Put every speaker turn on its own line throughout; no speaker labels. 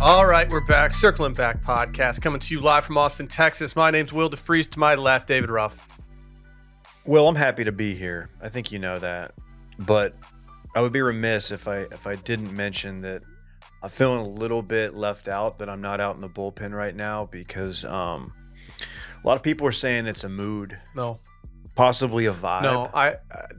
All right, we're back. Circling Back podcast coming to you live from Austin, Texas. My name's Will DeFries. To my left, David Ruff.
Will, I'm happy to be here. I think you know that, but I would be remiss if I if I didn't mention that I'm feeling a little bit left out that I'm not out in the bullpen right now because um, a lot of people are saying it's a mood,
No,
possibly a vibe.
no. I uh,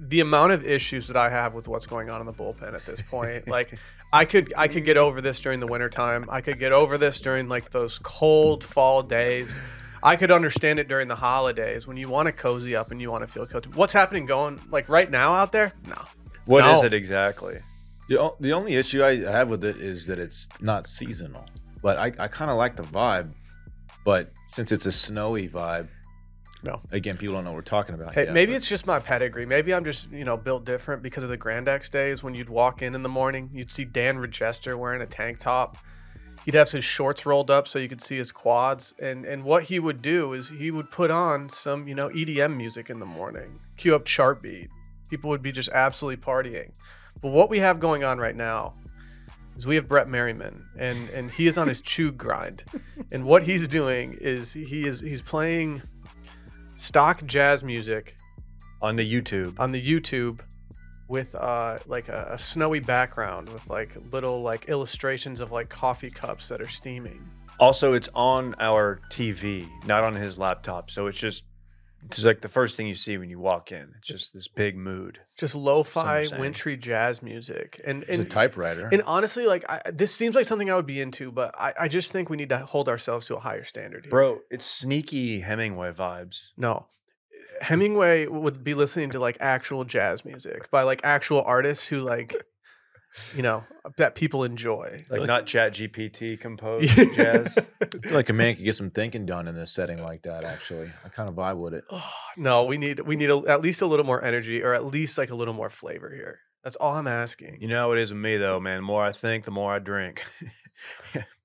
the amount of issues that I have with what's going on in the bullpen at this point, like I could I could get over this during the wintertime. I could get over this during like those cold fall days. I could understand it during the holidays when you want to cozy up and you want to feel cozy. What's happening going like right now out there? No.
What
No.
is it exactly?
The, o- the only issue I have with it is that it's not seasonal. But I, I kind of like the vibe. But since it's a snowy vibe,
No.
Again, people don't know what we're talking about.
Hey,
yet,
maybe
but-
it's just my pedigree. Maybe I'm just you know built different because of the Grand X days when you'd walk in in the morning, you'd see Dan Regester wearing a tank top. He'd have his shorts rolled up so you could see his quads, and and what he would do is he would put on some you know EDM music in the morning, cue up chart beat. People would be just absolutely partying. But what we have going on right now is we have Brett Merriman, and and he is on his chew grind, and what he's doing is he is he's playing stock jazz music
On the YouTube.
on the YouTube with uh, like a, a snowy background with like little like illustrations of like coffee cups that are steaming.
Also, it's on our TV, not on his laptop. So it's just it's like the first thing you see when you walk in. It's just this big mood.
Just lo-fi
Sounds
wintry jazz music. And
it's
and,
a typewriter.
and honestly, like I, this seems like something I would be into, but I, I just think we need to hold ourselves to a higher standard here.
Bro, it's sneaky Hemingway vibes.
No. Hemingway would be listening to like actual jazz music by like actual artists who like you know that people enjoy.
Like
Like-
not Chat GPT composed
Yeah.
jazz.
I feel like a man could get some thinking done in this setting like that, actually. I kind of vibe with it.
Oh, no, we need we need a, at least a little more energy, or at least like a little more flavor here. That's all I'm asking.
You know how it is with me though, man. The more I think, the more I drink.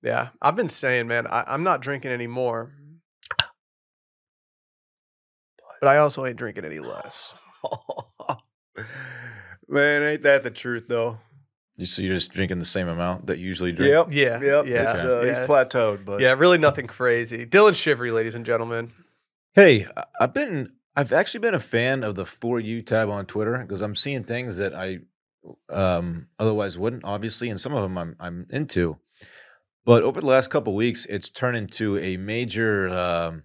Yeah, I've been saying, man, I, I'm not drinking anymore, but I also ain't drinking any less.
man, ain't that the truth though?
You, so you're just drinking the same amount that you usually drink?
Yeah, yeah,
It's, uh, He's
yeah.
plateaued, but
Yeah, really nothing crazy. Dylan Shivery, ladies and gentlemen.
Hey, I- I've been I've actually been a fan of the for you tab on Twitter because I'm seeing things that I um otherwise wouldn't obviously and some of them I'm I'm into. But over the last couple weeks it's turned into a major um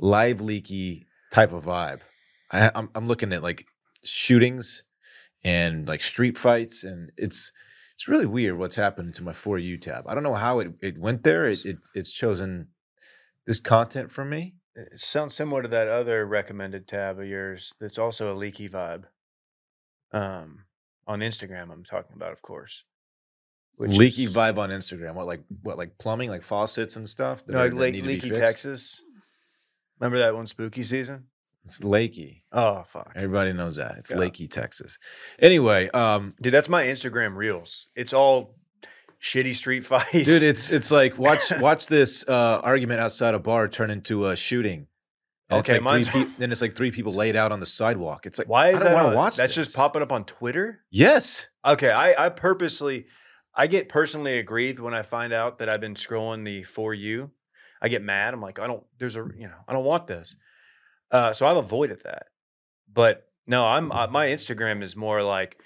live leaky type of vibe. I I'm I'm looking at like shootings and like street fights and it's it's really weird what's happened to my for you tab. I don't know how it it went there. It, it it's chosen this content for me.
it sounds similar to that other recommended tab of yours that's also a leaky vibe. Um on Instagram I'm talking about, of course. Which
leaky
is-
vibe on Instagram. What like what like plumbing, like faucets and stuff. that
No,
are-
like
that
Le-
need to be
leaky
fixed?
Texas. Remember that one spooky season?
It's lakey.
Oh fuck.
Everybody knows that. It's
Yeah.
lakey, Texas. Anyway, um,
Dude, that's my Instagram reels. It's all shitty street fights.
dude, it's it's like watch watch this uh, argument outside a bar turn into a shooting. And it's
Okay,
like three
mine's-
pe- then it's like three people laid out on the sidewalk. It's like
why is
I don't
that?
want
on-
to watch.
That's
this.
just popping up on Twitter.
Yes,
Okay, I, I purposely, I get personally aggrieved when I find out that I've been scrolling the for you. I get mad. I'm like, I don't. There's a you know, I don't want this. Uh, so I've avoided that. But no, I'm uh, my Instagram is more like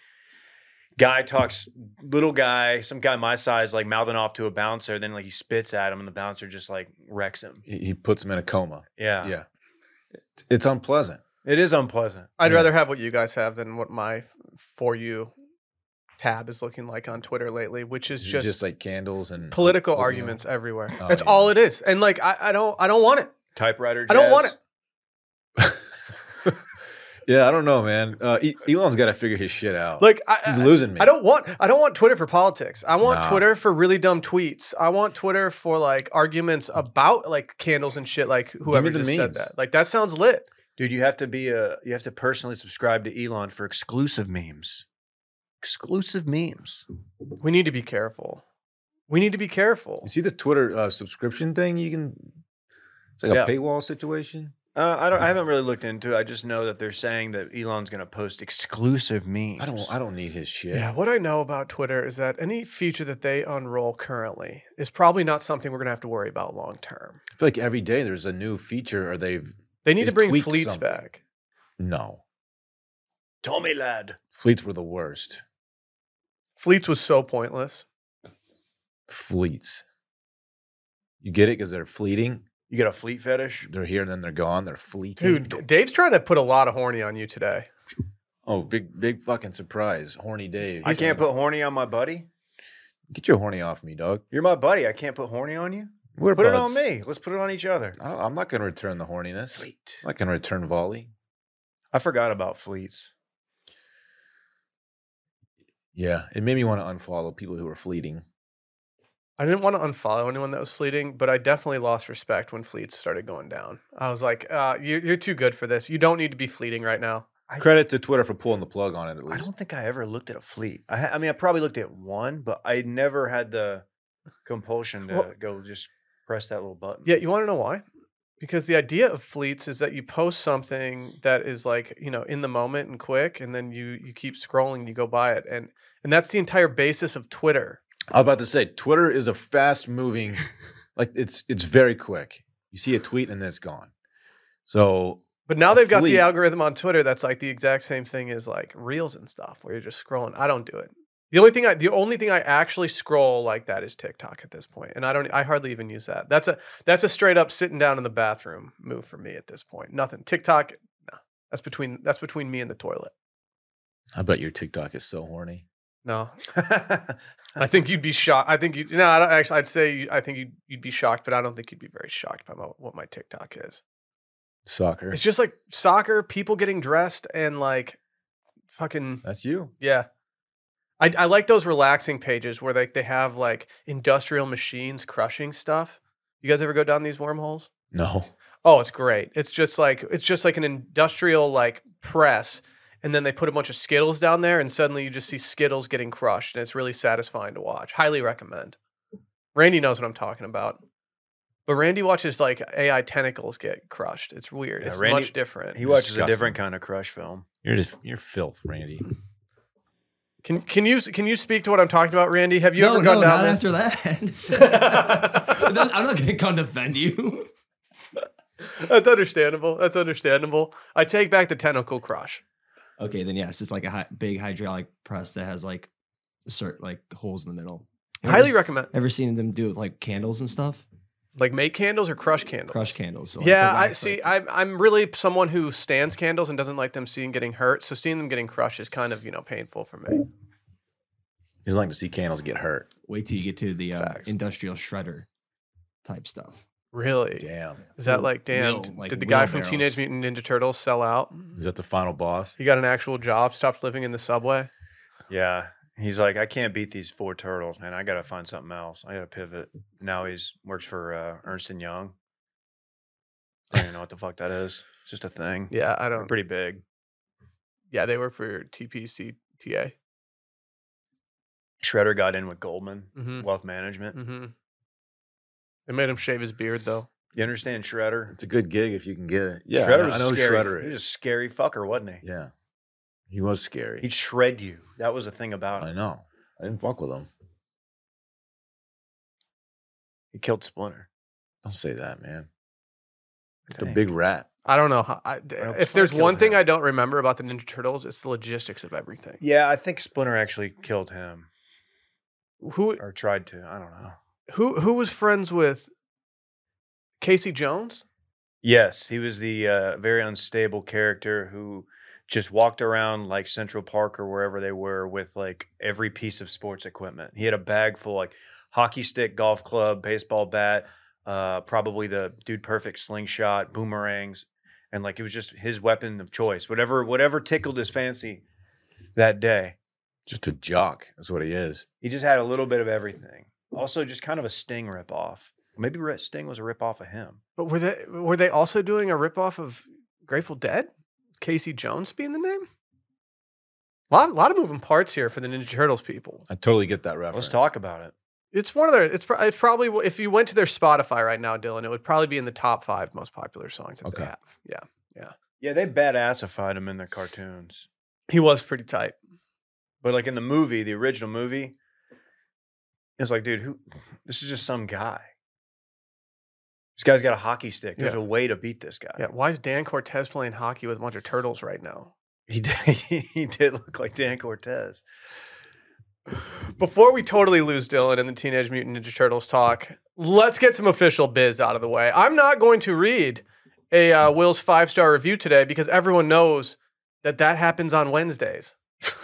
guy talks little guy, some guy my size like mouthing off to a bouncer, then like he spits at him, and the bouncer just like wrecks him.
he, he puts him in a coma.
Yeah,
Yeah, It- it's unpleasant.
it is unpleasant.
I'd
Yeah.
rather have what you guys have than what my for you tab is looking like on Twitter lately, which is
It's
just,
just, like candles and
political
you know.
arguments everywhere.
Oh,
That's
yeah.
all it is. And like I, I don't I don't want it.
Typewriter.
I don't want
jazz.
it.
yeah, I don't know, man. Uh, E- Elon's got to figure his shit out.
Like I,
he's
I-
losing me.
I don't want I don't want Twitter for politics. I want
Nah.
Twitter for really dumb tweets. I want Twitter for like arguments about like candles and shit like whoever
the
just said
memes.
that. Like that sounds lit.
Dude, you have to be a you have to personally subscribe to Elon for exclusive memes. Exclusive memes.
We need to be careful. We need to be careful.
You see the Twitter uh, subscription thing? You can. It's like
Yeah.
a paywall situation.
Uh, I don't. I haven't really looked into it. I just know that they're saying that Elon's going to post exclusive memes.
I don't. I don't need his shit.
Yeah. what I know about Twitter is that any feature that they unroll currently is probably not something we're going to have to worry about long term.
I feel like every day there's a new feature, or they've
They need
They've
to bring
tweaked
fleets
something.
back.
no
Tommy lad.
fleets were the worst.
Fleets was so pointless.
Fleets. You get it because they're fleeting.
You got a fleet fetish?
They're here and then they're gone. They're fleeting.
Dude, D- Dave's trying to put a lot of horny on you today.
Oh, big big fucking surprise, horny Dave.
I can't put horny on my buddy.
Get your horny off me, dog.
You're my buddy. I can't put horny on you.
We're
Put it
buds.
on me. Let's put it on each other.
I don't, I'm not going to return the horniness.
Fleet.
I'm not going to return volley.
I forgot about fleets.
Yeah, it made me want to unfollow people who were fleeting.
I didn't want to unfollow anyone that was fleeting, but I definitely lost respect when fleets started going down. I was like, uh, you, you're too good for this. You don't need to be fleeting right now.
I-
Credit to Twitter for pulling the plug on it at
I
least.
don't think I ever looked at a fleet. I, ha- I mean, I probably looked at one, but I never had the compulsion to
Well-
go just press that little button.
Yeah, you want to know why? Because the idea of fleets is that you post something that is like you know in the moment and quick, and then you you keep scrolling, you go by it, and and that's the entire basis of Twitter.
I was about to say Twitter is a fast moving, like it's it's very quick. You see a tweet and it's gone. So
But now
A
they've got
fleet.
the algorithm on Twitter that's like the exact same thing as like reels and stuff, where you're just scrolling. I don't do it. The only thing I the only thing I actually scroll like that is TikTok at this point, and I don't I hardly even use that. That's a that's a straight up sitting down in the bathroom move for me at this point. Nothing TikTok, no. That's between that's between me and the toilet.
I bet your TikTok is so horny.
No, I think you'd be shocked. I think you. No, I don't, actually, I'd say you, I think you'd, you'd be shocked, but I don't think you'd be very shocked by my, what my TikTok is.
Soccer.
It's just like soccer, people getting dressed, and like fucking
That's you.
yeah. I, I like those relaxing pages where like they have like industrial machines crushing stuff. You guys ever go down these wormholes?
No.
Oh, it's great. It's just like it's just like an industrial like press, and then they put a bunch of Skittles down there, and suddenly you just see Skittles getting crushed, and it's really satisfying to watch. Highly recommend. Randy knows what I'm talking about, but Randy watches like AI tentacles get crushed. It's weird.
Yeah,
it's
Randy-
much different.
he watches a
Disgusting.
different kind of crush film.
You're just you're filth, Randy.
can can you can you speak to what I'm talking about, Randy? Have you
no,
ever
no,
gone
not
down this?
after that.
That's
I'm not gonna come defend you.
understandable. That's understandable. I take back the tentacle crush.
Okay, then yes, it's like a hy- big hydraulic press that has like certain like holes in the middle. Ever-
Highly recommend.
ever seen them do it with like candles and stuff?
Like make candles or crush candles.
Crush candles. so, like, the
yeah, I
wax,
see.
like-
I'm I'm really someone who stands candles and doesn't like them seen getting hurt. So seeing them getting crushed is kind of you know painful for me.
He doesn't like to see candles get hurt.
wait till you get to the uh,
Facts.
industrial shredder type stuff.
Really?
Damn.
Is that like damn?
Wheel-
d-
like
did the guy from
wheelbarrows.
Teenage Mutant Ninja Turtles sell out?
Is that the final boss?
He got an actual job. Stopped living in the subway.
Yeah. He's like, I can't beat these four turtles, man. I gotta find something else. I gotta pivot. Now he's works for uh, Ernst and Young. I don't even know what the fuck that is. It's just a thing.
Yeah, I
They're
don't.
pretty big.
Yeah, they were for TPCTA.
Shredder got in with Goldman
Mm.
Mm-hmm.
Wealth Management.
Mm-hmm. They made him shave his beard though.
You understand Shredder?
It's a good gig if you can get it. Yeah, I
Shredder
know- I
was
know who
scary.
Shredder
he was a
is.
scary fucker, wasn't he?
Yeah, he was scary.
He'd shred you. That was the thing about
I
him.
know. I didn't fuck with him.
He killed Splinter.
Don't say that, man.
I
The
think.
big rat.
I don't know how. I,
Well,
if
Splinter
there's
killed
one thing
him.
I don't remember about the Ninja Turtles, it's the logistics of everything.
Yeah, I think Splinter actually killed him
Who
or tried to. I don't know.
who who was friends with Casey Jones?
Yes, he was the uh, very unstable character who just walked around like Central Park or wherever they were with like every piece of sports equipment. He had a bag full like hockey stick, golf club, baseball bat, uh, probably the dude perfect slingshot, boomerangs, and like it was just his weapon of choice. Whatever whatever tickled his fancy that day.
Just a jock. That's what he is.
He just had a little bit of everything. Also, just kind of a Sting ripoff. Maybe Rhett Sting was a ripoff of him.
But were they were they also doing a ripoff of Grateful Dead? Casey Jones being the name? A lot, lot of moving parts here for the Ninja Turtles people.
I totally get that reference.
Let's talk about it.
It's one of their. It's, pro- it's probably if you went to their Spotify right now, Dylan, it would probably be in the top five most popular songs that
Okay.
they have. Yeah,
Yeah, they badassified him in their cartoons.
he was pretty tight.
But like in the movie, the original movie, it's like, dude, who? This is just some guy. This guy's got a hockey stick. There's
Yeah.
a way to beat this guy.
Yeah, why is Dan Cortez playing hockey with a bunch of turtles right now?
He did, he did look like Dan Cortez.
Before we totally lose Dylan and the Teenage Mutant Ninja Turtles talk, let's get some official biz out of the way. I'm not going to read a uh, Will's five star review today because everyone knows that that happens on Wednesdays.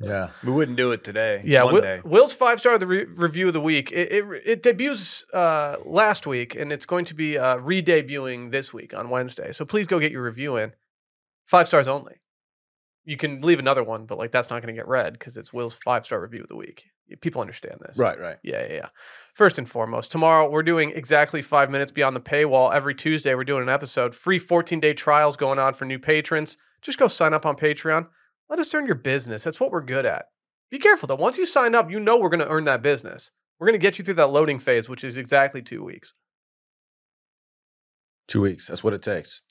Yeah.
We wouldn't do it today.
yeah,
one
Will,
day.
Will's five star the re- review of the week. It it, it debuts uh, last week and it's going to be uh, re-debuting this week on Wednesday. So please go get your review in. Five stars only. You can leave another one, but like that's not going to get read because it's Will's five star review of the week. People understand this,
Right. Right.
yeah, yeah, yeah. First and foremost, tomorrow we're doing exactly five minutes beyond the paywall. Every Tuesday, we're doing an episode. Free 14 day trials going on for new patrons. Just go sign up on Patreon. Let us earn your business. That's what we're good at. Be careful though. Once you sign up, you know we're going to earn that business. We're going to get you through that loading phase, which is exactly two weeks.
Two weeks. That's what it takes.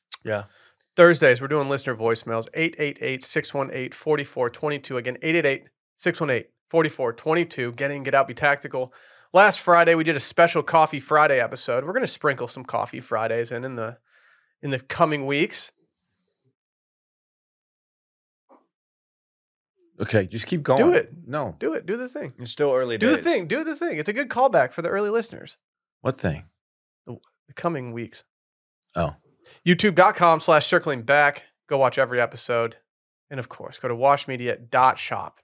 Thursdays, we're doing listener voicemails 888 618 4422. Again, 888 618 4422. Get in, get out, be tactical. Last Friday, we did a special Coffee Friday episode. We're going to sprinkle some Coffee Fridays in in the in the coming weeks.
Okay. Just keep going.
it.
No.
Do it. Do the thing.
It's still early
Do
days.
the thing. Do the thing. It's a good callback for the early listeners.
What thing?
The coming weeks.
Oh.
YouTube.com slash circling back. Go watch every episode. And of course, go to washmedia.shop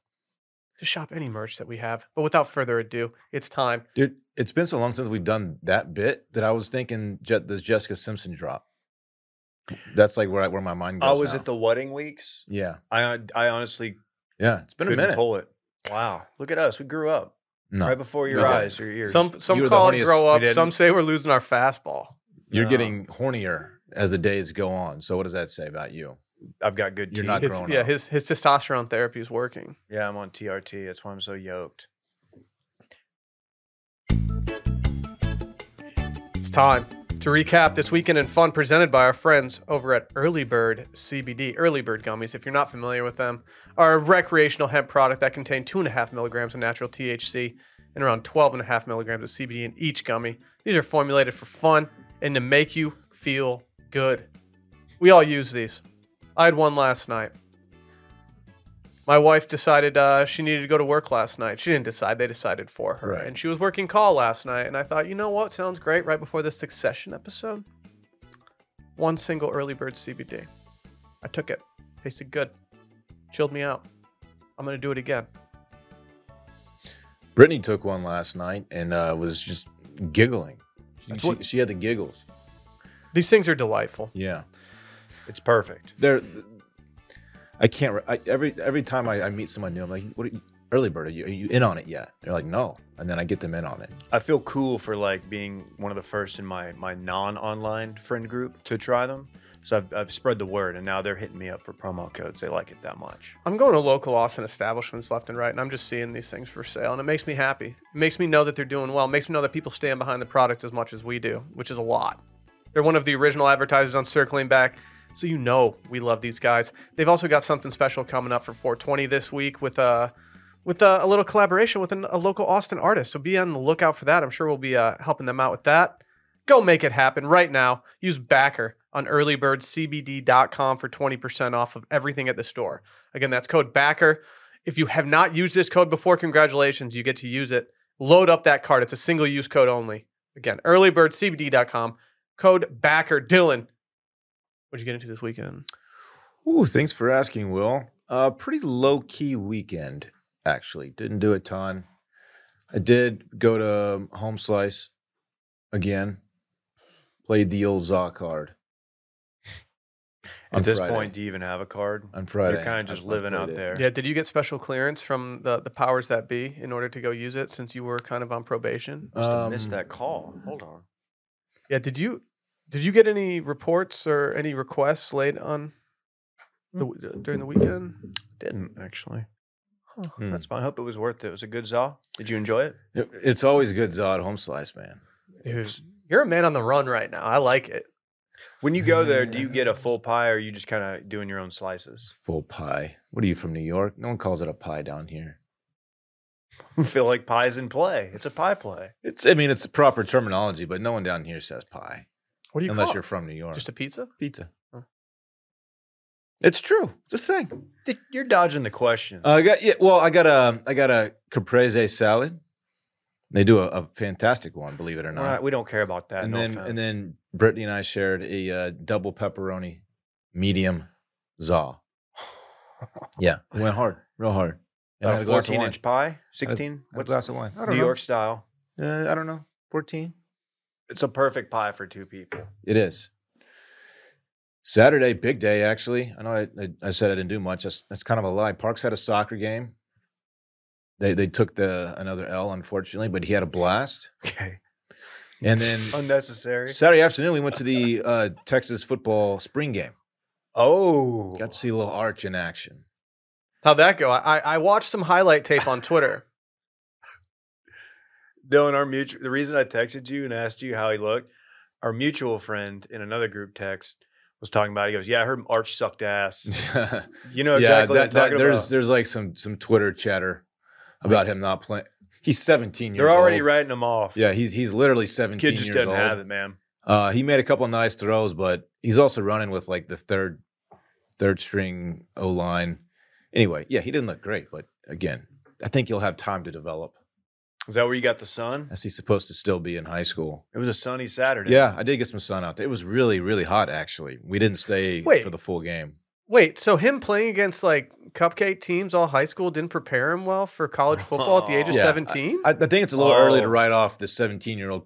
to shop any merch that we have. But without further ado, it's time.
Dude, it's been so long since we've done that bit that I was thinking Je- this Jessica Simpson drop. That's like where I, where my mind goes.
I was
now.
at the wedding weeks.
Yeah.
I I honestly
Yeah. It's been a
couldn't
minute.
pull it. Wow, look at us. We grew up
no.
right before
we
your
didn't.
eyes, your ears.
Some
You
some
were the
call it
horniest.
grow
We
up.
didn't.
Some say we're losing our fastball.
You're
No.
getting hornier as the days go on. So what does that say about you?
I've got good.
You're
teeth.
not
It's,
growing
yeah,
up.
his his testosterone therapy is working.
Yeah, I'm on TRT. That's why I'm so yoked.
It's time to recap this weekend in fun presented by our friends over at Early Bird CBD. Early Bird gummies, if you're not familiar with them, are a recreational hemp product that contain two and a half milligrams of natural THC and around 12 and a half milligrams of CBD in each gummy. These are formulated for fun and to make you feel good. We all use these. I had one last night. My wife decided uh, she needed to go to work last night. She didn't decide, they decided for her.
Right.
And she was working call last night. And I thought, you know what? Sounds great right before this succession episode. One single early bird CBD. I took it. Tasted good. Chilled me out. I'm going to do it again.
Brittany took one last night and uh, was just giggling. She,
That's
she-
what-
she had the giggles.
These things are delightful.
Yeah.
It's perfect.
They're. I can't. re- I, every every time I, I meet someone new, I'm like, "What? Are you, early bird? Are you, are you in on it yet?" They're like, "No," and then I get them in on it.
I feel cool for like being one of the first in my my non-online friend group to try them. So I've, I've spread the word, and now they're hitting me up for promo codes. They like it that much.
I'm going to local Austin establishments left and right, and I'm just seeing these things for sale, and it makes me happy. It makes me know that they're doing well. It makes me know that people stand behind the product as much as we do, which is a lot. They're one of the original advertisers on Circling Back, so you know we love these guys. They've also got something special coming up for 420 this week with a with uh, a, a little collaboration with an, a local Austin artist. So be on the lookout for that. I'm sure we'll be uh, helping them out with that. Go make it happen right now. Use Backer on earlybirdcbd.com for 20% off of everything at the store. Again, that's code BACKER. If you have not used this code before, congratulations, you get to use it. Load up that card. It's a single use code only. Again, earlybirdcbd.com, code BACKER. Dylan, what'd you get into this weekend?
Ooh, thanks for asking, Will. Uh, pretty low key weekend, actually. Didn't do a ton. I did go to um, Home Slice again. Played the old Zaw card.
At
On
this
Friday.
point, do you even have a card?
on Friday,
You're kind of
I-
just
I
living
played
out
it.
there.
Yeah, did you get special clearance from the, the powers that be in order to go use it since you were kind of on probation?
Must have missed
Um,
that call. Hold on.
Yeah, did you did you get any reports or any requests late on the, during the weekend?
Didn't actually. Oh,
Hmm.
That's fine. I hope it was worth it. It was a good Zaw. Did you enjoy it?
It- It's always good Zod home slice, man.
Dude, you're a man on the run right now. I like it.
When you go there, do you get a full pie or are you just kind of doing your own slices?
Full pie. What are you from New York? No one calls it a pie down here.
feel like pie's in play. It's a pie play.
It's I mean it's proper terminology, but no one down here says pie
What do you
unless
call
you're
it?
from New York.
Just a pizza?
pizza.
Huh.
It's true. Oh, It's a thing.
Th- You're dodging the question.
Uh, I got yeah. Well, I got a I got a caprese salad. They do a, a fantastic one, believe it or
We're
not.
not- we don't care about that.
and
no
then
offense.
and then Brittany and I shared a uh, double pepperoni, medium, za. Yeah, it went hard, real hard. And
About
I had
a
a glass of
14
wine.
inch pie, 16.
I had a
What's
glass of wine. I don't
New
know.
York style?
Uh, I don't know. Fourteen.
It's a perfect pie for two people.
It is. Saturday, big day, actually. I know I, I, I said I didn't do much. That's, that's kind of a lie. Parks had a soccer game. They they took the another L, unfortunately, but he had a blast.
Okay.
And then
Unnecessary.
Saturday afternoon, we went to the uh, Texas football spring game.
Oh.
Got to see a little Arch in action.
How'd that go? I, I I watched some highlight tape on Twitter.
Dylan, our mutual the reason I texted you and asked you how he looked, our mutual friend in another group text was talking about. It. He goes, "Yeah, I heard Arch sucked ass." You know exactly
yeah,
what
that,
I'm
that,
talking
there's
about.
there's like some some Twitter chatter about him not playing. He's 17 years.
They're already
old.
writing him off.
Yeah, he's he's literally 17
kid just
years
doesn't
old.
have it, man.
Uh, he made a couple nice throws, but he's also running with like the third, third string O line. Anyway, yeah, he didn't look great, but again, I think he'll have time to develop
Is that where you got the sun?
as he's supposed to still be in high school.
It was a sunny Saturday.
Yeah, I did get some sun out there. It was really, really hot actually. We didn't stay
Wait.
for the full game.
Wait, so him playing against like cupcake teams all high school didn't prepare him well for college football at the age of
Yeah,
seventeen?
I, I think it's a little early to
Oh.
write off the 17 year old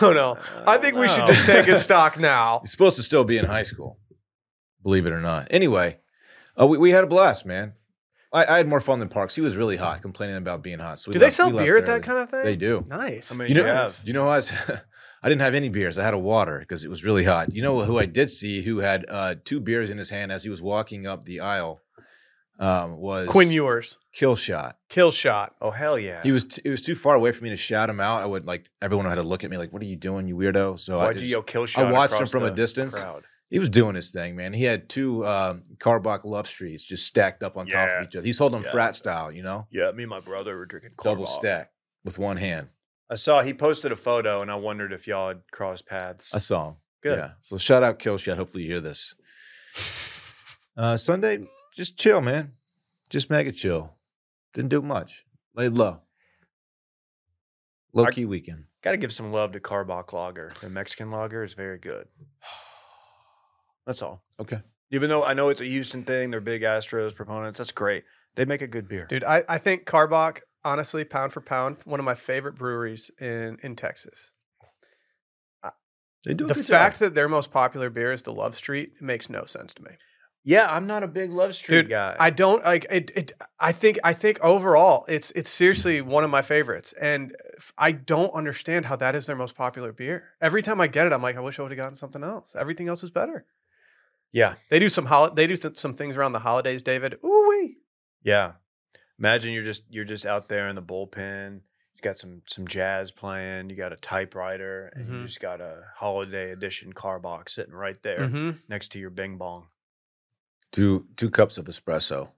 No, no. I think we should just take his stock now.
He's supposed to still be in high school, believe it or not. Anyway, uh, we, we had a blast, man. I, I had more fun than Parks. He was really hot, complaining about being hot. So we
Do they
left-
sell
we left
beer at
early.
that kind of thing?
They do.
Nice.
I mean,
You know-
you have.
You know, I was, I didn't have any beers. I had a water because it was really hot. You know who I did see who had uh, two beers in his hand as he was walking up the aisle um, was
Quinn Ewers,
Kill Shot.
kill shot.
Oh hell yeah!
He was t- it was too far away for me to shout him out. I would like everyone had to look at me like, "What are you doing, you weirdo?" So I
Why'd you
just-
yell kill shot?
watched him
across
from a
the
distance.
Crowd?
He was doing his thing, man. He had two um, Carbach Love Streets just stacked up on top
Yeah.
of each other. He sold them
Yeah.
frat style, you know,
Yeah, me and my brother were drinking
double
Kornbach.
stack with one hand.
I saw he posted a photo, and I wondered if y'all had crossed paths.
I saw him.
Good.
Yeah. So shout out Kill Shot. Hopefully you hear this. Uh, Sunday, just chill, man. Just mega chill. Didn't do much. Laid low. Low key weekend.
Got to give some love to Carbach Lager. The Mexican lager is very good. That's all.
Okay.
Even though I know it's a Houston thing, they're big Astros proponents. That's great. They make a good beer.
Dude, I, I think Carbach, honestly, pound for pound, one of my favorite breweries in, in Texas.
They do
The fact that their most popular beer is the Love Street makes no sense to me.
Yeah, I'm not a big Love Street
Dude,
guy.
I don't like it, it. I think I think overall, it's it's seriously one of my favorites, and f- I don't understand how that is their most popular beer. Every time I get it, I'm like, I wish I would have gotten something else. Everything else is better.
yeah,
They do some hol- they do th- some things around the holidays, David. Ooh wee.
yeah. Imagine you're just you're just out there in the bullpen. You got some some jazz playing. You got a typewriter, and
Mm-hmm.
Mhm.
you just got a holiday edition Carbach sitting right there
Mm-hmm.
next to your Bing Bong.
two two cups of espresso.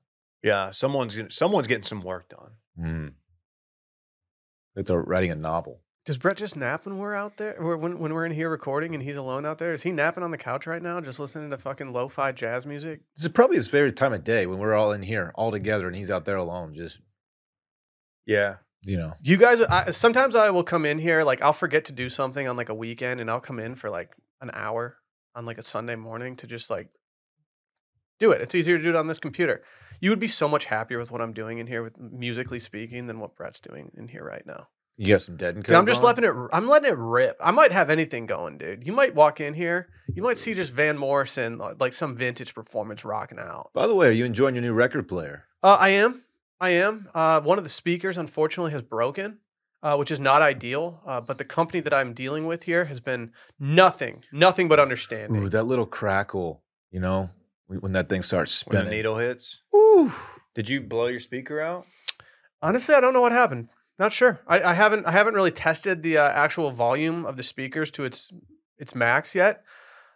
Yeah, someone's gonna- someone's getting some work done.
Mm. Like they're writing a novel.
Does Brett just nap when we're out there? Or when when we're in here recording and he's alone out there? Is he napping on the couch right now, just listening to fucking lo-fi jazz music?
This is probably his favorite time of day when we're all in here all together and he's out there alone, just
Yeah,
you know.
You guys, I, sometimes I will come in here, like I'll forget to do something on like a weekend, and I'll come in for like an hour on like a Sunday morning to just like do it. It's easier to do it on this computer. You would be so much happier with what I'm doing in here, with musically speaking, than what Brett's doing in here right now.
You got some dead and
Dude, I'm just letting it. r- I'm letting it rip. I might have anything going, dude. You might walk in here. You might see just Van Morrison, li- like some vintage performance, rocking out.
By the way, are you enjoying your new record player?
Uh, I am. I am. Uh, one of the speakers, unfortunately, has broken, uh, which is not ideal. Uh, but the company that I'm dealing with here has been nothing, nothing but understanding.
Ooh, that little crackle, you know, when when that thing starts
when
spinning.
the needle hits.
Ooh,
Did you blow your speaker out?
Honestly, I don't know what happened. Not sure. I, I haven't I haven't really tested the uh, actual volume of the speakers to its its max yet.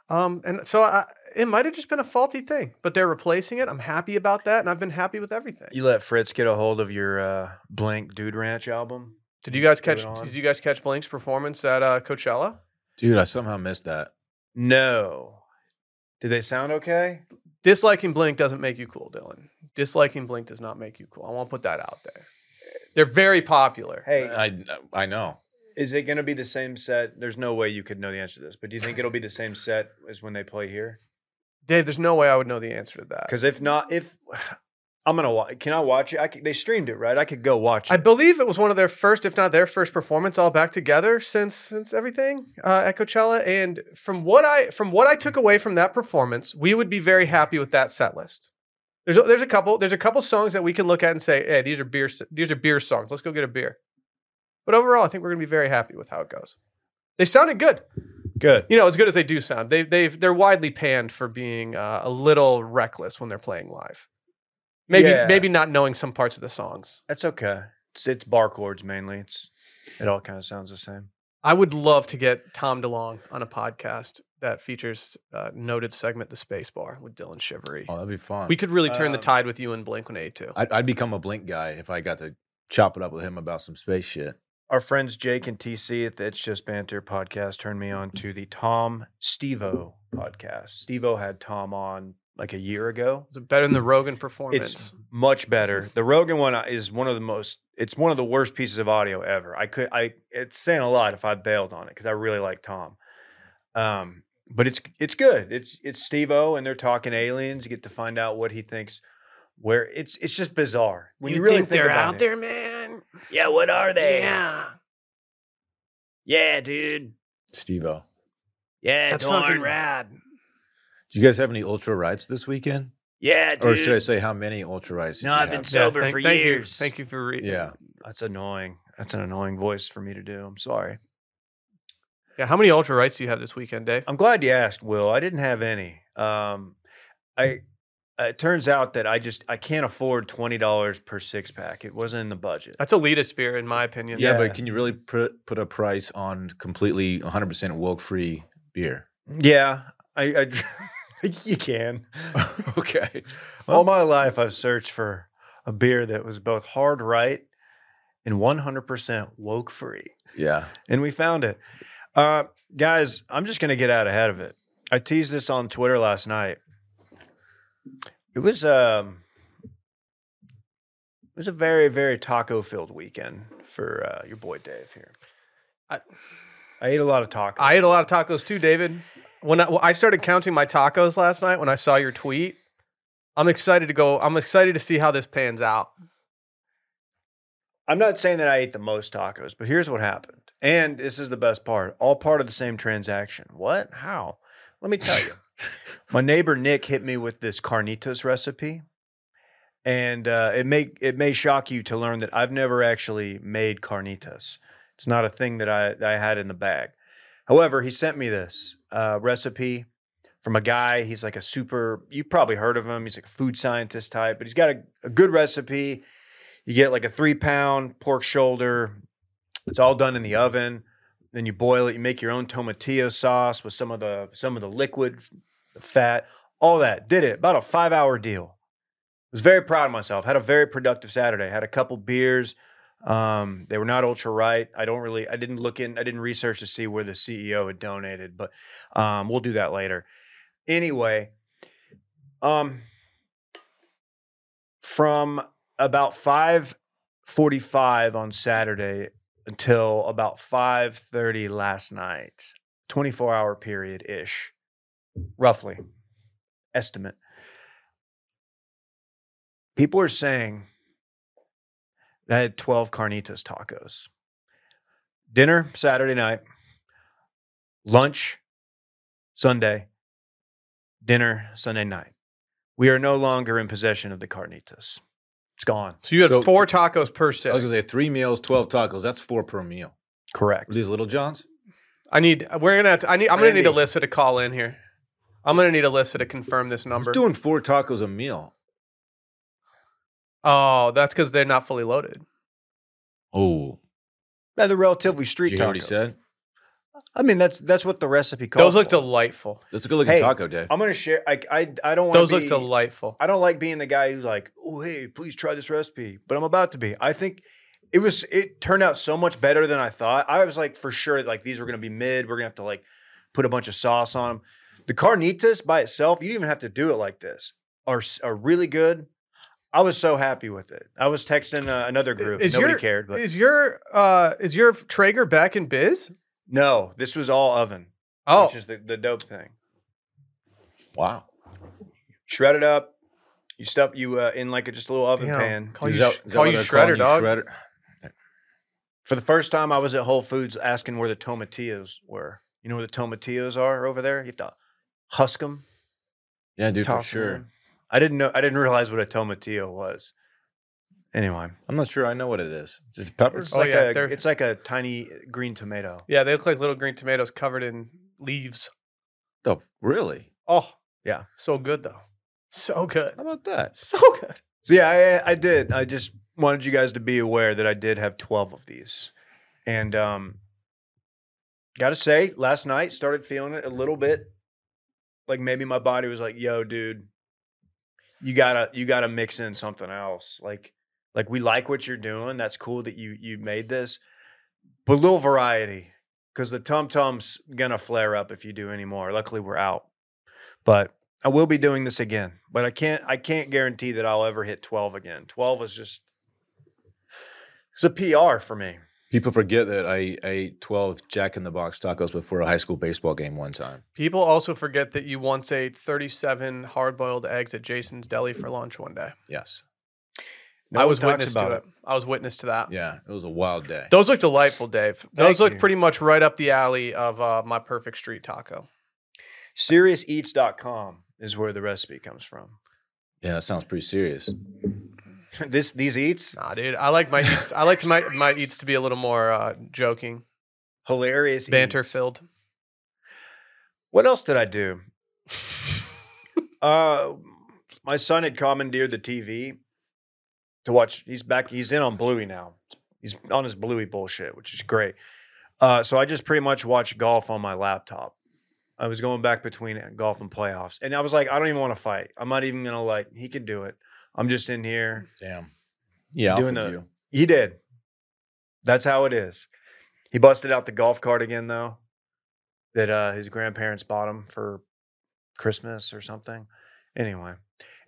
Um, and so I, it might have just been a faulty thing, but they're replacing it. I'm happy about that, and I've been happy with everything.
You let Fritz get a hold of your uh, Blank Dude Ranch album.
Did you guys
Threw it
catch?
on.
Did you guys catch Blink's performance at uh, Coachella?
Dude, I somehow missed that.
No. Did they sound okay?
Disliking Blink doesn't make you cool, Dylan. Disliking Blink does not make you cool. I won't put that out there. They're very popular.
Hey,
I I know.
is it going to be the same set? There's no way you could know the answer to this, but do you think it'll be the same set as when they play here?
Dave, there's no way I would know the answer to that.
Because if not, if I'm gonna watch, can I watch it? I c they streamed it, right? I could go watch it.
I believe it was one of their first, if not their first, performance all back together since since everything uh, at Coachella. And from what I from what I took away from that performance, we would be very happy with that set list. There's a, there's a couple there's a couple songs that we can look at and say, hey, these are beer s- these are beer songs. Let's go get a beer. But overall, I think we're gonna be very happy with how it goes. They sounded good,
Good.
you know, as good as they do sound. They they they're widely panned for being uh, a little reckless when they're playing live. Maybe
Yeah.
maybe not knowing some parts of the songs.
That's okay. It's, it's bar chords mainly. It's it all kind of sounds the same.
I would love to get Tom DeLong on a podcast that features uh, noted segment The Space Bar with Dylan Shivery.
Oh, that'd be fun.
We could really turn the
Um,
tide with you and Blink 182.
I'd, I'd become a Blink guy if I got to chop it up with him about some space shit.
Our friends Jake and TC at the It's Just Banter podcast turned me on to the Tom Stevo podcast. Stevo had Tom on like a year ago.
Is it better than the Rogan performance?
It's much better. The Rogan one uh, is one of the most. It's one of the worst pieces of audio ever. I could. I. It's saying a lot if I bailed on it because I really like Tom. Um, but it's it's good. It's it's Steve O and they're talking aliens. You get to find out what he thinks. Where it's it's just bizarre when you, really think,
they're
about
out
it.
there, man?
Yeah, what are they?
Yeah.
Yeah, dude.
Steve O.
Yeah,
That's
Dorn.
fucking rad.
Do you guys have any ultra rights this weekend?
Yeah, dude.
Or should I say how many ultra rights?
No, I've been
Yeah,
Sober for
you.
years.
Thank you for reading.
Yeah.
That's annoying. That's an annoying voice for me to do. I'm sorry.
Yeah. How many ultra rights do you have this weekend, Dave?
I'm glad you asked, Will. I didn't have any. Um, I uh, it turns out that I just I can't afford twenty dollars per six pack. It wasn't in the budget.
That's elitist beer, in my opinion.
Yeah,
Yeah.
but can you really put put a price on completely 100% woke free beer?
Yeah, I, I dr- you can.
okay.
All my life, I've searched for a beer that was both hard right and one hundred percent woke free.
Yeah.
and we found it. Uh, guys, I'm just going to get out ahead of it. I teased this on Twitter last night. It was um, it was a very very taco filled weekend for uh, your boy Dave here. I,
I-
ate a lot of tacos.
I ate a lot of tacos too, David. When I, when I started counting my tacos last night, when I saw your tweet, I'm excited to go. I'm excited to see how this pans out.
I'm not saying that I ate the most tacos, but here's what happened. And this is the best part all part of the same transaction. What? How? Let me tell you. My neighbor Nick hit me with this carnitas recipe. And uh, it may it may shock you to learn that I've never actually made carnitas. It's not a thing that I, that I had in the bag. However, he sent me this uh, recipe from a guy. He's like a super, you've probably heard of him. He's like a food scientist type, but he's got a, a good recipe. You get like a three pound pork shoulder. It's all done in the oven. Then you boil it. You make your own tomatillo sauce with some of the some of the liquid the fat, all that. Did it about a five hour deal. Was very proud of myself. Had a very productive Saturday. Had a couple beers. Um, they were not ultra right. I don't really. I didn't look in. I didn't research to see where the CEO had donated, but um, we'll do that later. Anyway, um, from about 5:45 on Saturday until about 5:30 last night. 24-hour period ish. Roughly. Estimate. People are saying that I had 12 carnitas tacos. Dinner Saturday night, lunch Sunday, dinner Sunday night. We are no longer in possession of the carnitas. It's gone.
So you had
So-
four tacos per
I
sip.
was going to say three meals, 12 tacos. That's four per meal.
Correct.
Were these Little Johns?
I need. We're gonna. Have to, I need. I'm gonna need
Randy.
Alyssa to call in here. I'm gonna need Alyssa to confirm this
I was
number.
doing four tacos a meal.
Oh, that's because they're not fully loaded.
Oh,
Rather relatively
did
street
you hear what he
taco.
said?
I mean, that's that's what the recipe calls.
Those look
for.
delightful.
That's a good looking
Hey,
taco, Dave.
I'm gonna share. I I, I don't want
Those
to
look delightful.
I don't like being the guy who's like, "Oh, hey, please try this recipe," but I'm about to be. I think it was. It turned out so much better than I thought. I was like, for sure, like these were gonna be mid. We're gonna have to like put a bunch of sauce on them. The carnitas by itself, you didn't even have to do it like this. Are s- are really good. I was so happy with it. I was texting uh, another group.
Is
Nobody
your-
cared, but
Is your uh is your Traeger back in biz?
no, this was all oven,
Oh,
which is the, the dope thing.
Wow.
Shred it up. You stuff you uh, in like a, just a little oven
damn.
pan.
Call
Is
you,
that-
sh-
is that
call
what
you
they're calling
shredder, dog.
Shredder?
For the first time, I was at Whole Foods asking where the tomatillos were. You know where the tomatillos are over there? You have to husk them.
Yeah, dude, for
toss 'em
sure.
in. I didn't know. I didn't realize what a tomatillo was. Anyway,
I'm not sure I know what it is. Just peppers?
it's
Oh,
like
yeah,
a
they're-
it's like a tiny green tomato.
Yeah, they look like little green tomatoes covered in leaves.
The really?
Oh,
Yeah.
so good though. So good.
How about that?
So good.
So yeah, I, I did. I just wanted you guys to be aware that I did have twelve of these, and um, gotta say, last night started feeling it a little bit. Like maybe my body was like, "Yo, dude, you gotta you gotta mix in something else." Like, like we like what you're doing. That's cool that you you made this, but a little variety because the tum tum's gonna flare up if you do any more. Luckily, we're out, but I will be doing this again, but I can't I can't guarantee that I'll ever hit 12 again. 12 is just it's a PR for me.
People forget that I ate 12 Jack in the Box tacos before a high school baseball game one time.
People also forget that you once ate 37 hard-boiled eggs at Jason's Deli for lunch one day.
Yes.
No
I
one
was
talks
witness to it. I was witness to that.
Yeah, it was a wild day.
Those look delightful, Dave. Those
Thank
look
you.
pretty much right up the alley of uh, my perfect street taco.
SeriousEats.com is where the recipe comes from.
yeah, that sounds pretty serious.
this these eats
Nah, dude, I like my eats. I like my my eats to be a little more uh, joking,
hilarious
banter
eats.
filled.
What else did I do? uh, my son had commandeered the TV to watch. He's back. He's in on Bluey now. He's on his Bluey bullshit, which is great. Uh, so I just pretty much watched golf on my laptop. I was going back between golf and playoffs, and I was like, I don't even want to fight. I'm not even gonna like. He can do it. I'm just in here.
Damn. Yeah, I'll
Doing
forgive
the-
you.
He did. That's how it is. He busted out the golf cart again though, that uh, his grandparents bought him for Christmas or something. Anyway,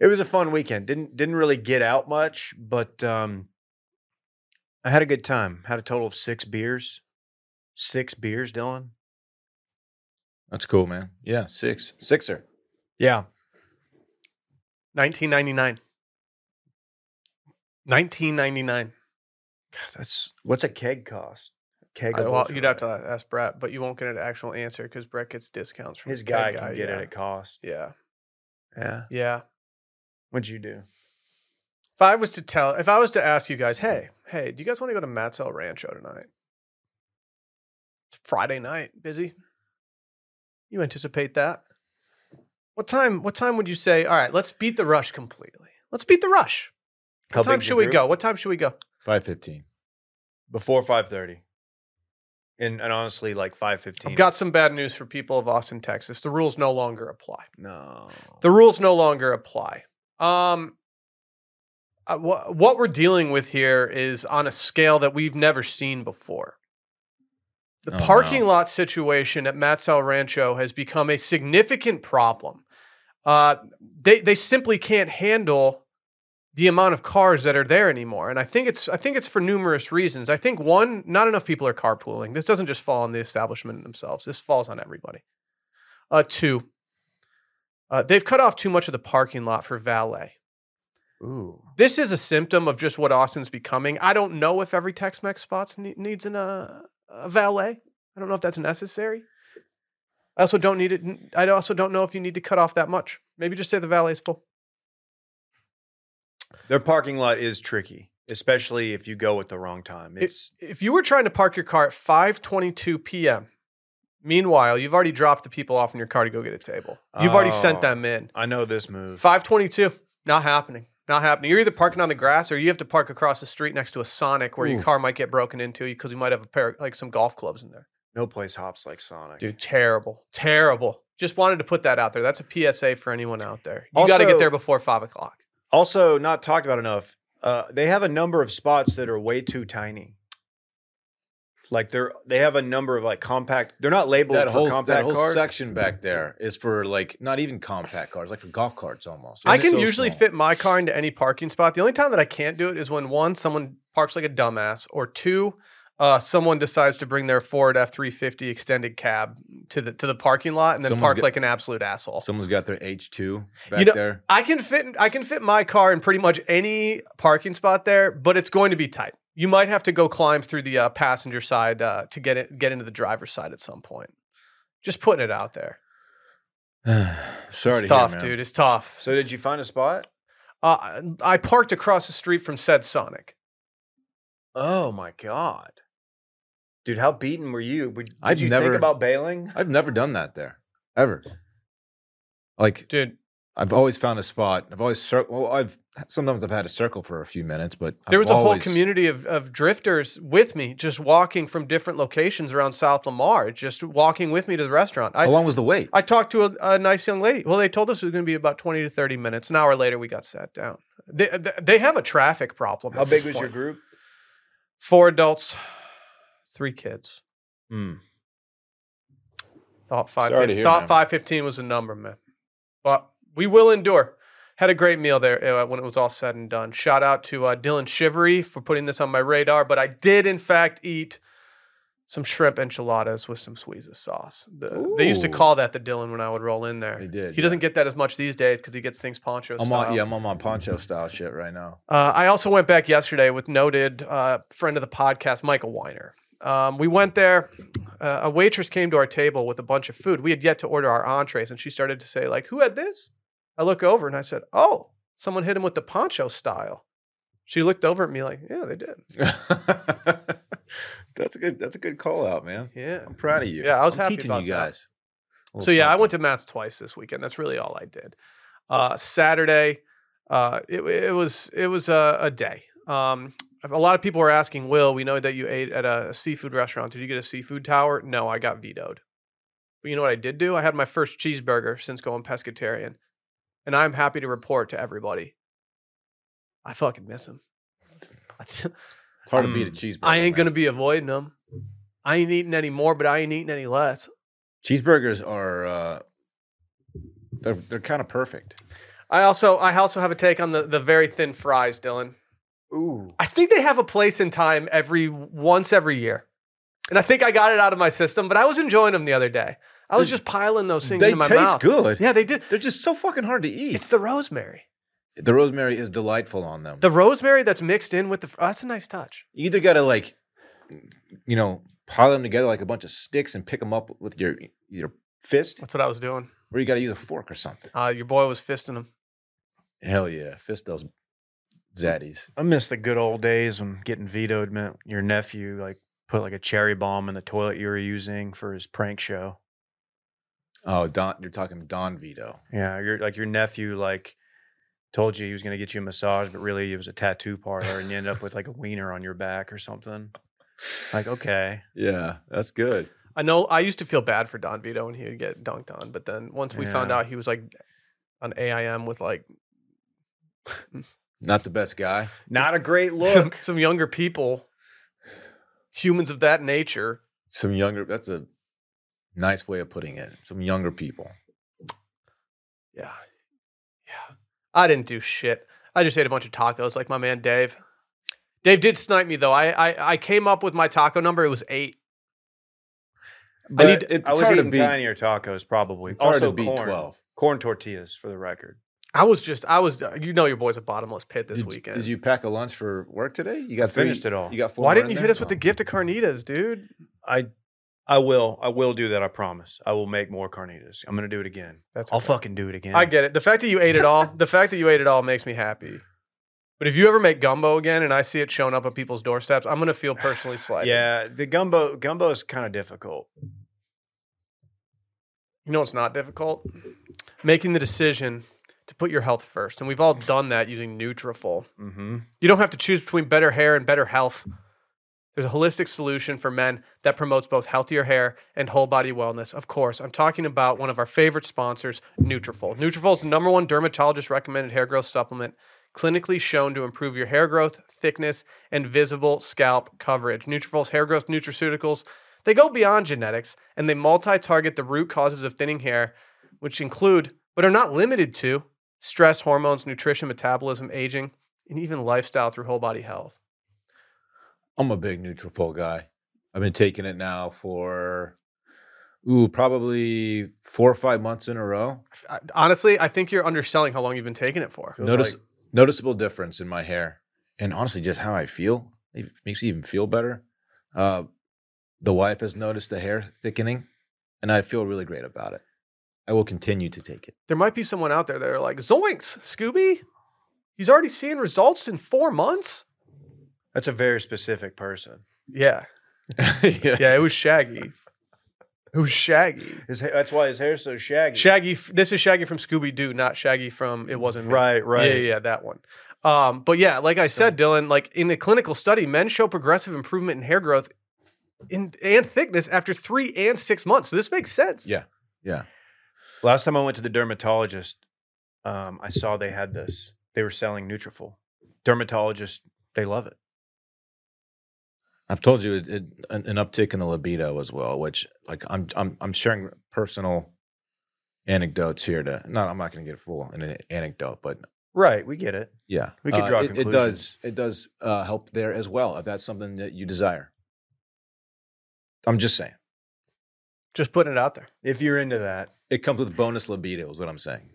it was a fun weekend. Didn't didn't really get out much, but um, I had a good time. Had a total of six beers. Six beers, Dylan.
That's cool, man. Yeah, six. Sixer.
Yeah,
1999. 1999.
God, that's what's a keg cost? A keg.
I-
of
well,
Ultra
you'd have to
Red.
ask Brett, but you won't get an actual answer because Brett gets discounts from
His
the
guy
keg
can get
yeah.
it at cost.
Yeah,
Yeah.
yeah.
What'd you do?
If I was to tell, if I was to ask you guys, hey, hey, do you guys want to go to Matt's El Rancho tonight? It's Friday night, busy. You anticipate that? What time? What time would you say? All right, let's beat the rush completely. Let's beat the rush.
How
What time
big's your
should we
group?
go? What time should we go?
515.
before five thirty, and and honestly, like five fifteen.
I've got some bad news for people of Austin, Texas. The rules no longer apply.
no.
the rules no longer apply. Um, uh, wh- what we're dealing with here is on a scale that we've never seen before. The
Oh,
parking
no.
lot situation at Matt's El Rancho has become a significant problem. Uh, they they simply can't handle the amount of cars that are there anymore, and I think it's I think it's for numerous reasons. I think one, not enough people are carpooling. This doesn't just fall on the establishment themselves. This falls on everybody. Uh, two, uh, they've cut off too much of the parking lot for valet.
Ooh.
This is a symptom of just what Austin's becoming. I don't know if every Tex-Mex spot ne- needs an, uh, a valet. I don't know if that's necessary. I also don't need it. I also don't know if you need to cut off that much. Maybe just say the valet is full.
Their parking lot is tricky, especially if you go at the wrong time. It's
If you were trying to park your car at 5:22 p.m., meanwhile you've already dropped the people off in your car to go get a table. You've already sent
Oh.
them in.
I know this move.
5:22, not happening. Not happening. You're either parking on the grass or you have to park across the street next to a Sonic where your
Ooh.
car might get broken into because you might have a pair like some golf clubs in there.
No place hops like Sonic.
Dude, terrible. Terrible. Just wanted to put that out there. That's a PSA for anyone out there. You got to get
Also-
there before five o'clock.
Also, not talked about enough. Uh, they have a number of spots that are way too tiny. Like they're they have a number of like compact. They're not labeled
That
for
whole
compact
that whole
cars.
section back there is for like not even compact cars, like for golf carts almost.
I
It's
can
so
usually
small.
fit my car into any parking spot. The only time that I can't do it is when one, someone parks like a dumbass, or two, uh, someone decides to bring their Ford F three fifty extended cab to the to the parking lot and then
Someone's
park
got-
like an absolute asshole.
Someone's got their H two back
know-
there.
I can fit I can fit my car in pretty much any parking spot there, but it's going to be tight. You might have to go climb through the uh, passenger side uh, to get it get into the driver's side at some point. Just putting it out there.
Sorry, to
it's
hear,
tough,
man.
dude. It's tough.
So did you find a spot?
Uh, I parked across the street from said Sonic.
Oh my god, dude, how beaten were you? Would, did
I've
you
never-
think about bailing?
I've never done that there ever. Like
Dude,
I've always found a spot. I've always cir- well. I've sometimes I've had a circle for a few minutes, but
There
I've
was a whole
always-
community of, of drifters with me, just walking from different locations around South Lamar, just walking with me to the restaurant.
How
I,
long was the wait?
I talked to a, a nice young lady. Well, they told us it was going to be about 20 to 30 minutes. An hour later, we got sat down. They, they- they have a traffic problem.
How
at
big
this
was your
point.
group?
Four adults, three kids.
Hmm.
Thought five.
Sorry to hear,
thought
man.
five fifteen was a number, man. But we will endure. Had a great meal there uh, when it was all said and done. Shout out to uh, Dylan Shivery for putting this on my radar. But I did, in fact, eat some shrimp enchiladas with some Suiza sauce. The- they used to
Ooh.
call that the Dylan when I would roll in there.
They did,
He
yeah.
doesn't get that as much these days because he gets things poncho
I'm
style.
on, yeah, I'm on my poncho style shit right now.
Uh, I also went back yesterday with noted uh, friend of the podcast, Michael Weiner. Um, we went there. Uh, a waitress came to our table with a bunch of food. We had yet to order our entrees, and she started to say, "Like, who had this?" I look over and I said, "Oh, someone hit him with the poncho style." She looked over at me like, "Yeah, they did."
that's a good. That's a good call out, man.
Yeah.
I'm proud of you.
Yeah, I was
I'm
happy
teaching
about
you
that.
guys.
So
A little
yeah, I
something.
went to Matt's twice this weekend. That's really all I did. Uh, Saturday, uh, it, it was it was a, a day. Um, a lot of people were asking, Will, we know that you ate at a seafood restaurant. Did you get a seafood tower? No, I got vetoed. But you know what I did do? I had my first cheeseburger since going pescatarian, and I'm happy to report to everybody. I fucking miss him.
It's hard to beat a
Mm.
cheeseburger.
um, I ain't
man.
gonna be avoiding him. I ain't eating any more, but I ain't eating any less.
Cheeseburgers are. Uh, they're they're kind of perfect.
I also I also have a take on the the very thin fries, Dylan.
Ooh,
I think they have a place in time every once every year, and I think I got it out of my system. But I was enjoying them the other day. I was just piling those things
They
into my
taste
mouth.
good.
Yeah, they did.
They're just so fucking hard to eat.
It's the rosemary.
the rosemary is delightful on them.
The rosemary that's mixed in with the. fr- Oh, that's a nice touch.
you either got to like, you know, pile them together like a bunch of sticks and pick them up with your your fist,
That's what I was doing.
or you got to use a fork or something.
Uh, your boy was fisting them.
Hell yeah, fist those zaddies.
I miss the good old days when getting vetoed meant your nephew like put like a cherry bomb in the toilet you were using for his prank show.
Oh, Don, you're talking Don Vito.
Yeah, your like your nephew like told you he was gonna get you a massage, but really it was a tattoo parlor, and you end up with like a wiener on your back or something. Like, okay,
Yeah, that's good.
I know. I used to feel bad for Don Vito when he would get dunked on, but then once we found
Yeah.
out he was like on AIM with like
Not the best guy.
not a great
some,
look.
some younger people, humans of that nature.
Some younger. That's a nice way of putting it. Some younger people.
Yeah. Yeah. I didn't do shit. I just ate a bunch of tacos like my man Dave. Dave did snipe me though. I I, I came up with my taco number. It was eight.
But
need- it's
I was
hard to
eating
beat-
tinier tacos probably.
It's hard
also
to beat
corn,
12.
corn tortillas for the record.
I was just I was uh, you know your boy's a bottomless pit this
did,
weekend.
Did you pack a lunch for work today? You got three,
Finished it all.
You got four.
Why
more
didn't
in
you
there?
hit us with
Oh.
the gift of carnitas, dude?
I I will I will do that. I promise. I will make more carnitas. I'm gonna do it again.
That's
I'll
okay.
fucking do it again.
I get it. The fact that you ate it all, the fact that you ate it all makes me happy. But if you ever make gumbo again and I see it showing up at people's doorsteps, I'm gonna feel personally slighted.
Yeah, the gumbo gumbo is kind of difficult.
You know it's not difficult? Making the decision to put your health first. And we've all done that using Nutrafol.
Mm-hmm.
You don't have to choose between better hair and better health. There's a holistic solution for men that promotes both healthier hair and whole body wellness. Of course, I'm talking about one of our favorite sponsors, Nutrafol. Nutrafol is the number one dermatologist recommended hair growth supplement, clinically shown to improve your hair growth, thickness, and visible scalp coverage. Nutrafol's hair growth nutraceuticals, they go beyond genetics and they multi-target the root causes of thinning hair, which include but are not limited to stress, hormones, nutrition, metabolism, aging, and even lifestyle through whole body health.
I'm a big Nutrafol guy. I've been taking it now for ooh probably four or five months in a row.
I- honestly, I think you're underselling how long you've been taking it for.
Feels
Notice
like-
noticeable difference in my hair, and honestly, just how I feel. It makes me even feel better. Uh, the wife has noticed the hair thickening, and I feel really great about it. I will continue to take it.
There might be someone out there that are like, Zoinks, Scooby, he's already seeing results in four months.
That's a very specific person.
Yeah. Yeah, it was Shaggy. It was Shaggy.
His ha- that's why his hair's so shaggy.
Shaggy, f- this is Shaggy from Scooby Doo, not Shaggy from It Wasn't Me.
Right, right.
Yeah, yeah, yeah, that one. Um, but yeah, like I
So-
said, Dylan, like in a clinical study, men show progressive improvement in hair growth in, and thickness after three and six months. So this makes sense.
Yeah.
Last time I went to the dermatologist, um, I saw they had this. They were selling Nutrafol. Dermatologists, they love it.
I've told you it, it, an, an uptick in the libido as well, which like I'm I'm I'm sharing personal anecdotes here. To not, I'm not going to get full in an anecdote, but
Right, we get it.
yeah,
We could
Uh,
draw
it, it does it does uh, help there as well if that's something that you desire. I'm just saying
Just putting it out there.
If you're into that,
it comes with bonus libido is what I'm saying.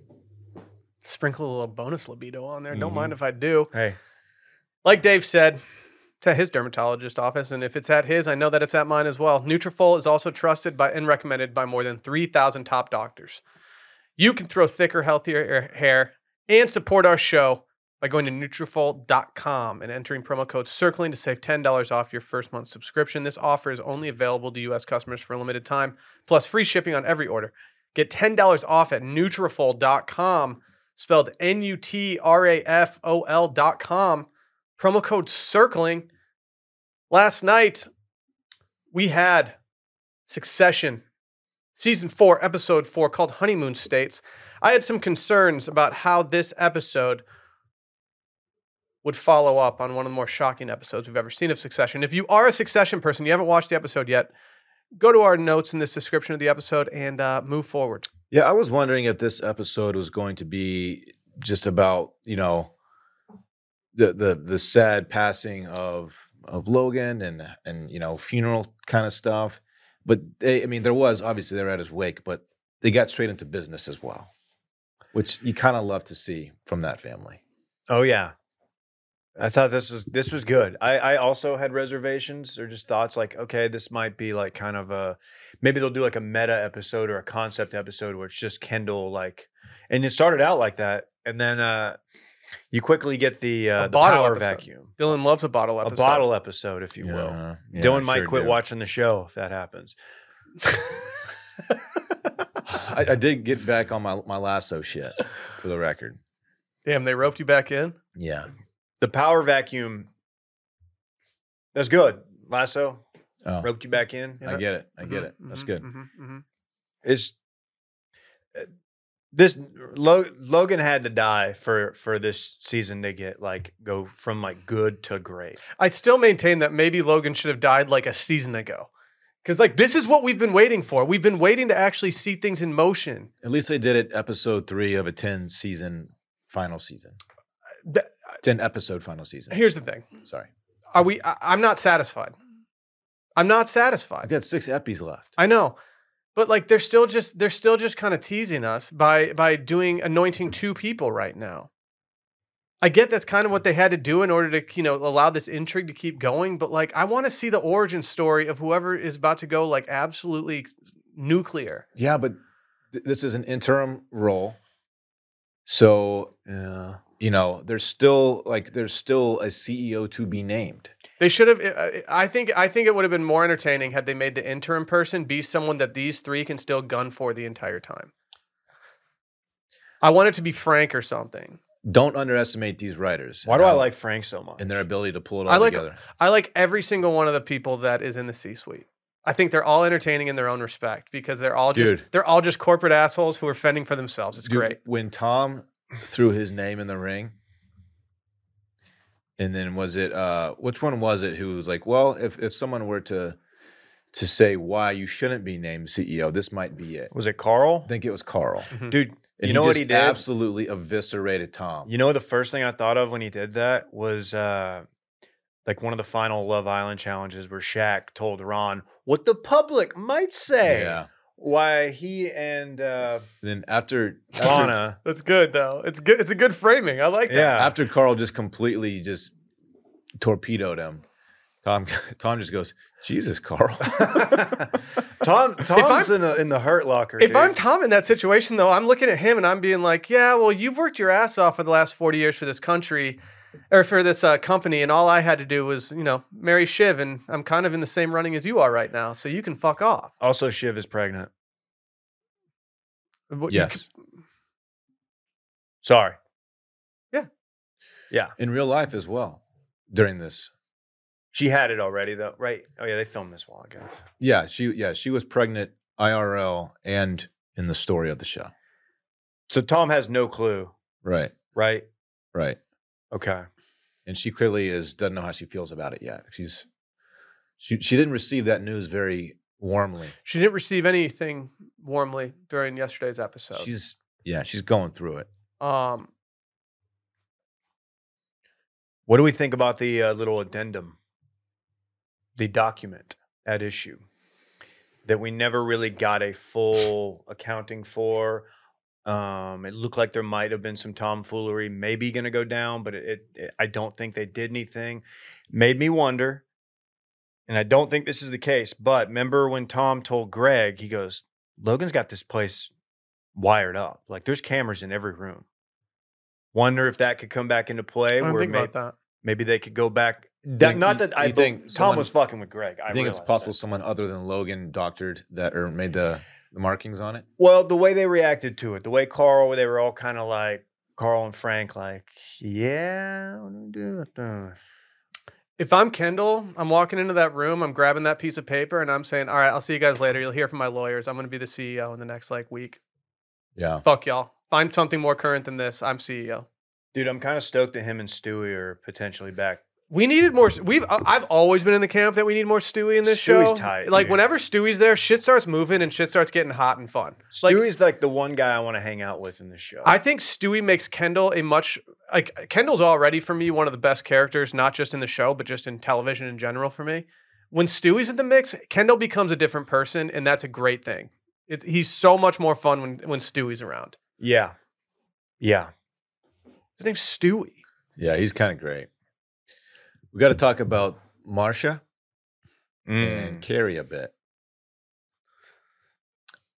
Sprinkle a little bonus libido on there. Don't
Mhm.
mind if I do.
hey,
like Dave said, it's at his dermatologist office, and if it's at his, I know that it's at mine as well. Nutrafol is also trusted by and recommended by more than 3,000 top doctors. You can throw thicker, healthier ha- hair and support our show by going to Nutrafol.com and entering promo code CIRCLING to save $10 off your first month subscription. This offer is only available to U.S. customers for a limited time, plus free shipping on every order. Get $10 off at Nutrafol.com, spelled N-U-T-R-A-F-O-L dot com promo code circling last night we had succession season 4 episode 4 called honeymoon states i had some concerns about how this episode would follow up on one of the more shocking episodes we've ever seen of succession if you are a succession person you haven't watched the episode yet go to our notes in this description of the episode and uh, move forward
Yeah, I was wondering if this episode was going to be just about you know the the the sad passing of of Logan and and you know funeral kind of stuff. But they, I mean, there was obviously they were at his wake, but they got straight into business as well, which you kind of love to see from that family.
oh yeah, I thought this was this was good. I I also had reservations or just thoughts like, okay, this might be like kind of a maybe they'll do like a meta episode or a concept episode where it's just Kendall like, and it started out like that, and then uh you quickly get the uh, the
bottle
power
episode.
vacuum,
dylan loves a bottle episode
a bottle episode, if you will.
Yeah,
Dylan
I
might
sure
quit
do.
watching the show if that happens.
I, I did get back on my my lasso shit for the record.
damn they roped you back in
Yeah.
The power vacuum. That's good. Lasso
Oh,
roped you back in.
I get it. I
Mm-hmm,
get it. That's good.
Is uh, this Lo- Logan had to die for for this season to get like go from like good to great.
I still maintain that maybe Logan should have died like a season ago. Because, like, this is what we've been waiting for. We've been waiting to actually see things in motion.
mm-hmm. At least they did it episode three of a 10 season final season.
Th-
10 episode final season.
Here's the thing
Sorry.
Are we, I, I'm not satisfied. I'm not
I've
satisfied.
got six episodes left.
I know. But like they're still just they're still just kind of teasing us by by doing anointing two people right now. I get that's kind of what they had to do in order to, you know, allow this intrigue to keep going, but like I want to see the origin story of whoever is about to go like absolutely nuclear.
yeah, but th- this is an interim role. So,
Yeah.
you know, there's still like, there's still a CEO to be named.
They should have. I- I think. I think it would have been more entertaining had they made the interim person be someone that these three can still gun for the entire time. I want it to be Frank or something.
Don't underestimate these writers.
Why
and
do I
how-
like Frank so much?
and their ability to pull it all
I like-
together?
I like every single one of the people that is in the C-suite. I think they're all entertaining in their own respect because they're all just
Dude.
they're all just corporate assholes who are fending for themselves. It's
Dude,
great.
When Tom threw his name in the ring, and then was it uh which one was it who was like, well, if if someone were to to say why you shouldn't be named CEO, this might be it.
was it Carl?
I think it was Carl.
Dude,
And
you know what
just
he did?
Absolutely eviscerated Tom.
You know, the first thing I thought of when he did that was uh, like one of the final Love Island challenges where Shaq told Ron what the public might say.
Yeah.
Why he and uh,
Then after after,
Lana.
That's good though. It's good. It's a good framing. I like that.
Yeah.
after Carl just completely just torpedoed him, Tom Tom just goes, Jesus, Carl.
Tom Tom's
I'm-
in, the in the hurt locker.
If
dude.
I'm Tom in that situation though, I'm looking at him and I'm being like, "Yeah, well, you've worked your ass off for the last 40 years for this country or for this uh, company and all I had to do was, you know, marry Shiv and I'm kind of in the same running as you are right now, so you can fuck off."
also Shiv is pregnant.
What- you
yes.
Sorry.
In real life as well. During this
She had it already though, right? Oh yeah, they filmed this a while ago.
Yeah, she yeah, she was pregnant IRL and in the story of the show.
So Tom has no clue,
Right.
right?
Right.
Okay.
And she clearly is doesn't know how she feels about it yet. She's she she didn't receive that news very warmly.
She didn't receive anything warmly during yesterday's episode.
She's yeah, she's going through it.
um,
What do we think about the uh, little addendum, the document at issue that we never really got a full accounting for? Um, it looked like there might have been some tomfoolery, maybe going to go down, but it, it, it- I don't think they did anything. Made me wonder, and I don't think this is the case. But remember when Tom told Greg, he goes, "Logan's got this place wired up. Like there's cameras in every room." Wonder if that could come back into play.
I don't
where
think
may-
about that.
Maybe they could go back.
You
That,
think-
not
you-
that I
you
think Tom
someone-
was fucking with Greg. I
I think it's
realize
possible
that.
someone other than Logan doctored that or made the, the markings on it.
Well, the way they reacted to it, the way Carl, they were all kind of like Carl and Frank, like, yeah, what do we do with this?"
If I'm Kendall, I'm walking into that room, I'm grabbing that piece of paper, and I'm saying, "All right, I'll see you guys later. You'll hear from my lawyers. I'm going to be the CEO in the next like week.
Yeah.
Fuck y'all. Find something more current than this. I'm E CEO."
Dude, I'm kind of stoked that him and Stewie are potentially back.
We needed more. We've I- I've always been in the camp that we need more Stewie in this
Stewie's
show.
tight,
like
dude.
whenever Stewie's there, shit starts moving and shit starts getting hot and fun. Like-
Stewie's like the one guy I want to hang out with in this show.
I think Stewie makes Kendall a much like Kendall's already for me one of the best characters, not just in the show, but just in television in general for me. When Stewie's in the mix, Kendall becomes a different person, and that's a great thing. It's, he's so much more fun when when Stewie's around.
yeah. Yeah.
His name's Stewie.
Yeah, he's kind of great. We got to talk about Marsha
Mm.
Mm.
and Carrie a bit.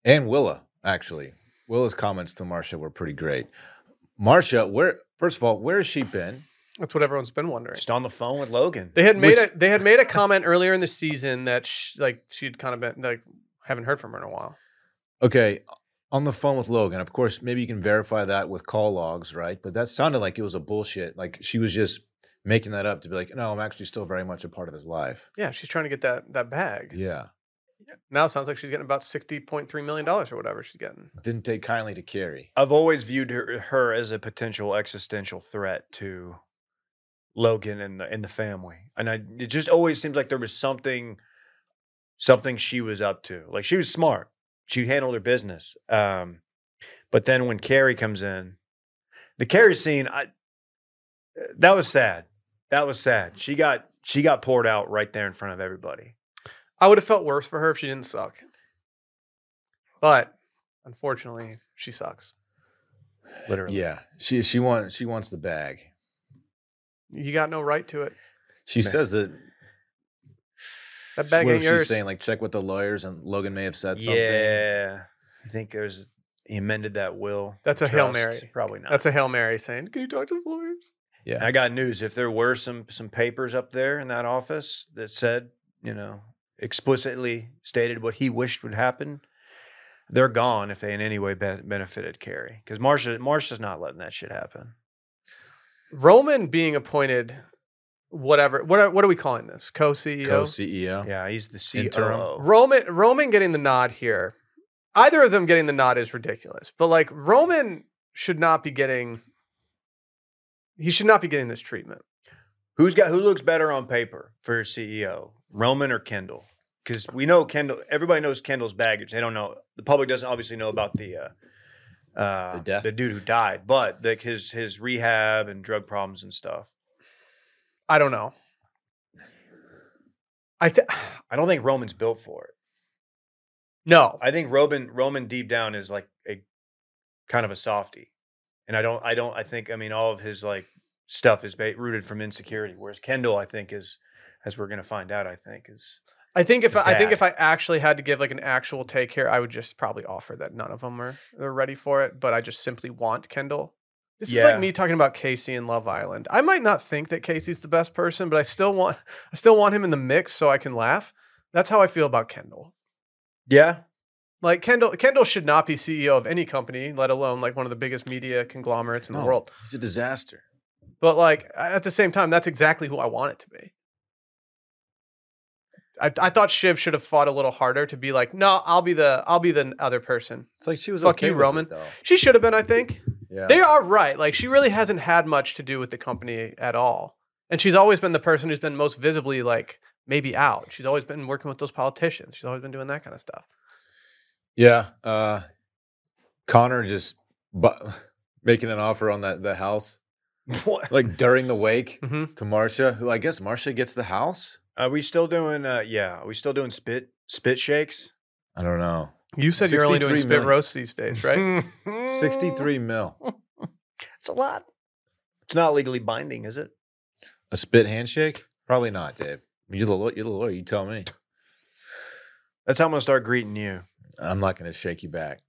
And Willa, actually. Willa's comments to Marsha were pretty great. Marsha, where first of all, where has she been?
That's what everyone's been wondering.
Just on the phone with Logan.
They had made
Which-
a they had made a comment earlier in the season that sh like she'd kind of been like haven't heard from her in a while.
Okay, on the phone with Logan. Of course, maybe you can verify that with call logs, right? But that sounded like it was a bullshit. Like she was just making that up to be like, no, I'm actually still very much a part of his life.
Yeah, she's trying to get that that bag.
Yeah.
Now it sounds like she's getting about sixty point three million dollars or whatever she's getting.
Didn't take kindly to Carrie.
I've always viewed her, her as a potential existential threat to Logan and the and the family, and I it just always seems like there was something, something she was up to. Like she was smart, she handled her business. Um, but then when Carrie comes in, the Carrie scene, I that was sad. That was sad. She got she got poured out right there in front of everybody.
I would have felt worse for her if she didn't suck. But unfortunately, she sucks.
Literally,
Yeah. She she wants she wants the bag.
You got no right to it.
She
Man.
says that
That bag
what
ain't
if she's
yours.
saying like check with the lawyers and Logan may have said something.
yeah. You think there's he amended that will?
That's a Hail
trust?
Mary.
Probably not.
That's a Hail Mary saying, Can you talk to the lawyers?
Yeah.
And I got news. If there were some some papers up there in that office that said, you know, explicitly stated what he wished would happen, they're gone if they in any way be- benefited Kerry because Marsha Marsha's not letting that shit happen.
Roman being appointed, whatever. What are, what are we calling this? E Co
E
CEO.
Co-CEO.
Yeah, he's the CEO.
Interim.
Roman Roman getting the nod here. Either of them getting the nod is ridiculous. But like Roman should not be getting. He should not be getting this treatment.
Who's got who looks better on paper for CEO, Roman or Kendall? Because we know Kendall. Everybody knows Kendall's baggage. They don't know the public doesn't obviously know about the uh, uh,
The death?
dude who died, but like his his rehab and drug problems and stuff.
I don't know. I th-
I don't think Roman's built for it.
no.
I think Roman Roman deep down is like a kind of a softy, and I don't I don't I think I mean all of his like stuff is ba- rooted from insecurity. Whereas Kendall, I think is as we're gonna find out, I think is
I think if
His
I think
dad.
if I actually had to give like an actual take here, I would just probably offer that none of them are, are ready for it. But I just simply want Kendall. This is
Yeah.
like me talking about Casey in Love Island. I might not think that Casey's the best person, but I still want I still want him in the mix so I can laugh. That's how I feel about Kendall.
yeah
Like Kendall Kendall should not be CEO of any company, let alone like one of the biggest media conglomerates in
No.
the world.
He's a disaster.
But like at the same time, that's exactly who I want it to be. I, I thought Shiv should have fought a little harder to be like, no, I'll be the I'll be the other person.
It's like she was
Fuck
okay
you,
with it,
Roman.
though.
She should have been, I think.
Yeah.
They are right. Like she really hasn't had much to do with the company at all. And she's always been the person who's been most visibly like maybe out. She's always been working with those politicians. She's always been doing that kind of stuff.
Yeah. Uh, Connor just bu- making an offer on that the house,
what
like during the wake
hmm
to Marcia, who I guess Marcia gets the house.
Are we still doing? Uh, yeah, are we still doing spit spit shakes?
I don't know.
You said you're only doing
63
spit
million.
roasts these days, right?
Sixty three mil.
It's a lot. It's not legally binding, is it?
A spit handshake? Probably not, Dave. You're the law- you're the lawyer. You tell me.
That's how I'm gonna start greeting you.
I'm not going to shake you back.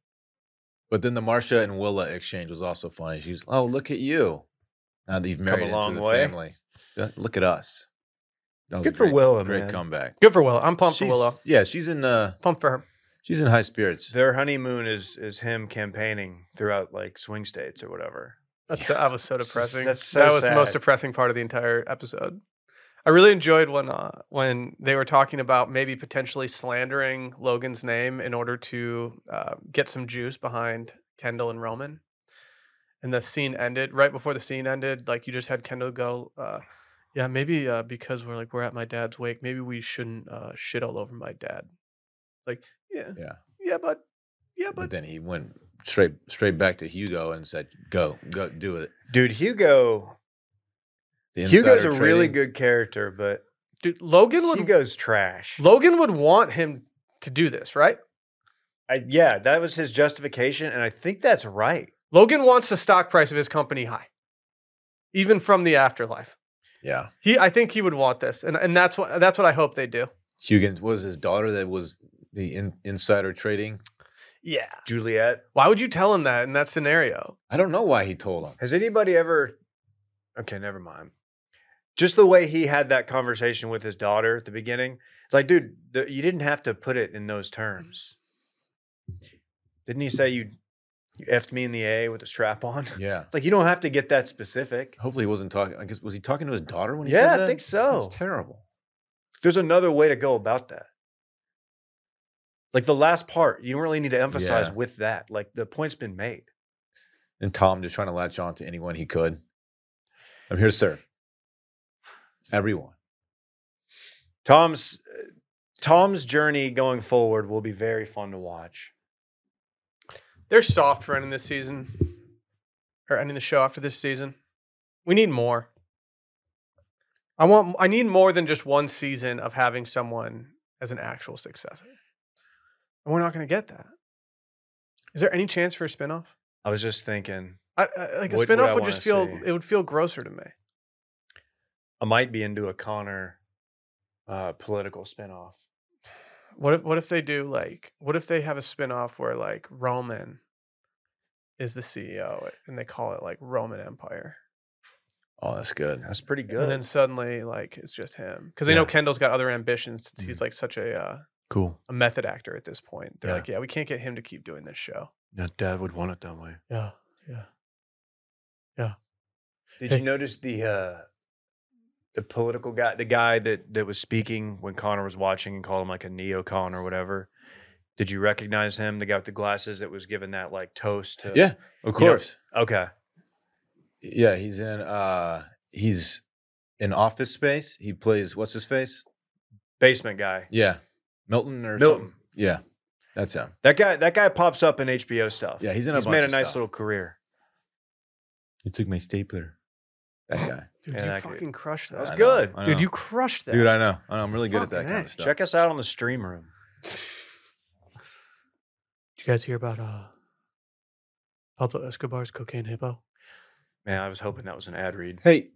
But then the Marcia and Willa exchange was also funny. She's, oh, look at you. Now that you've married into
long
the
way.
family. Yeah, Look at us. That was a
Good for
great-
Willa,
Great
man.
comeback.
Good for Willow. I'm pumped
She's-
for Willow.
Yeah, she's in uh
Pumped for her.
she's in high spirits.
Their honeymoon is is him campaigning throughout like swing states or whatever.
That's so- that was so
This is-
depressing.
that's so
that was the most
sad.
depressing part of the entire episode. I really enjoyed when uh, when they were talking about maybe potentially slandering Logan's name in order to uh, get some juice behind Kendall and Roman. And the scene ended right before the scene ended. Like you just had Kendall go, uh, "Yeah, maybe uh, because we're like we're at my dad's wake, maybe we shouldn't uh, shit all over my dad." Like, yeah,
Yeah.
yeah, but yeah,
But
but
then he went straight straight back to Hugo and said, "Go, go, do it."
Dude, Hugo.
The
Hugo's a
insider
really
trading-
good character, but
dude, Logan would
Hugo's trash.
Logan would want him to do this, right?
I, yeah, that was his justification, and I think that's right.
Logan wants the stock price of his company high, even from the afterlife.
Yeah,
He, I think he would want this, and and that's what that's what I hope they do.
Hugo was his daughter that was the in, insider trading.
Yeah.
Juliet,
Why would you tell him that in that scenario?
I don't know why he told him.
Has anybody ever? Okay, never mind. Just the way he had that conversation with his daughter at the beginning. It's like, dude, the, you didn't have to put it in those terms. Didn't he say you, you effed me in the A with a strap on?
Yeah.
It's like you don't have to get that specific.
Hopefully he wasn't talking. I guess was he talking to his daughter when he
Yeah,
said
I
that?
think so.
That's terrible.
There's another way to go about that. Like the last part, you don't really need to emphasize
Yeah.
with that. Like the point's been made.
And Tom just trying to latch on to anyone he could. I'm here to serve everyone.
Tom's uh, Tom's journey going forward will be very fun to watch.
They're soft for ending this season, or ending the show after this season. We need more. I want. I need more than just one season of having someone as an actual successor, and we're not going to get that. Is there any chance for a spinoff?
I was just thinking,
I, I, like a
What would I
spinoff would
wanna
just feel
see?
it would feel grosser to me.
I might be into a Connor uh, political spinoff.
What if what if they do like what if they have a spin-off where like Roman is the CEO and they call it like Roman Empire.
Oh, that's good.
That's pretty
And
good.
then suddenly like it's just him. Cuz they know
Yeah.
Kendall's got other ambitions since he's like such a uh,
Cool.
a method actor at this point. They're
Yeah.
like, yeah, we can't get him to keep doing this show.
Now, Dad would want it that way.
Yeah, yeah.
Did
Hey.
you notice the uh the political guy, the guy that that was speaking when Connor was watching and called him like a neocon or whatever? Did you recognize him? The guy with the glasses that was giving that like toast to
Yeah, of
You know-
course.
Okay.
Yeah, he's in. uh He's in Office Space. He plays what's his face?
Basement guy.
Yeah, Milton or
Milton.
Something. Yeah, that's him.
That guy that guy pops up in HBO stuff.
Yeah, he's in a
He's
bunch
made a
of
nice
stuff.
little career.
He took my stapler. That guy.
Dude,
Yeah,
you
that could-
fucking crushed
That was
that.
I know,
good.
I
Dude,
know.
you crushed that.
Dude, I know. I know. I'm really good at that
Fucking
kind
A.
of stuff.
Check us out on the stream room.
Did you guys hear about uh Pablo Escobar's cocaine hippo?
Man, I was hoping that was an ad read.
Hey,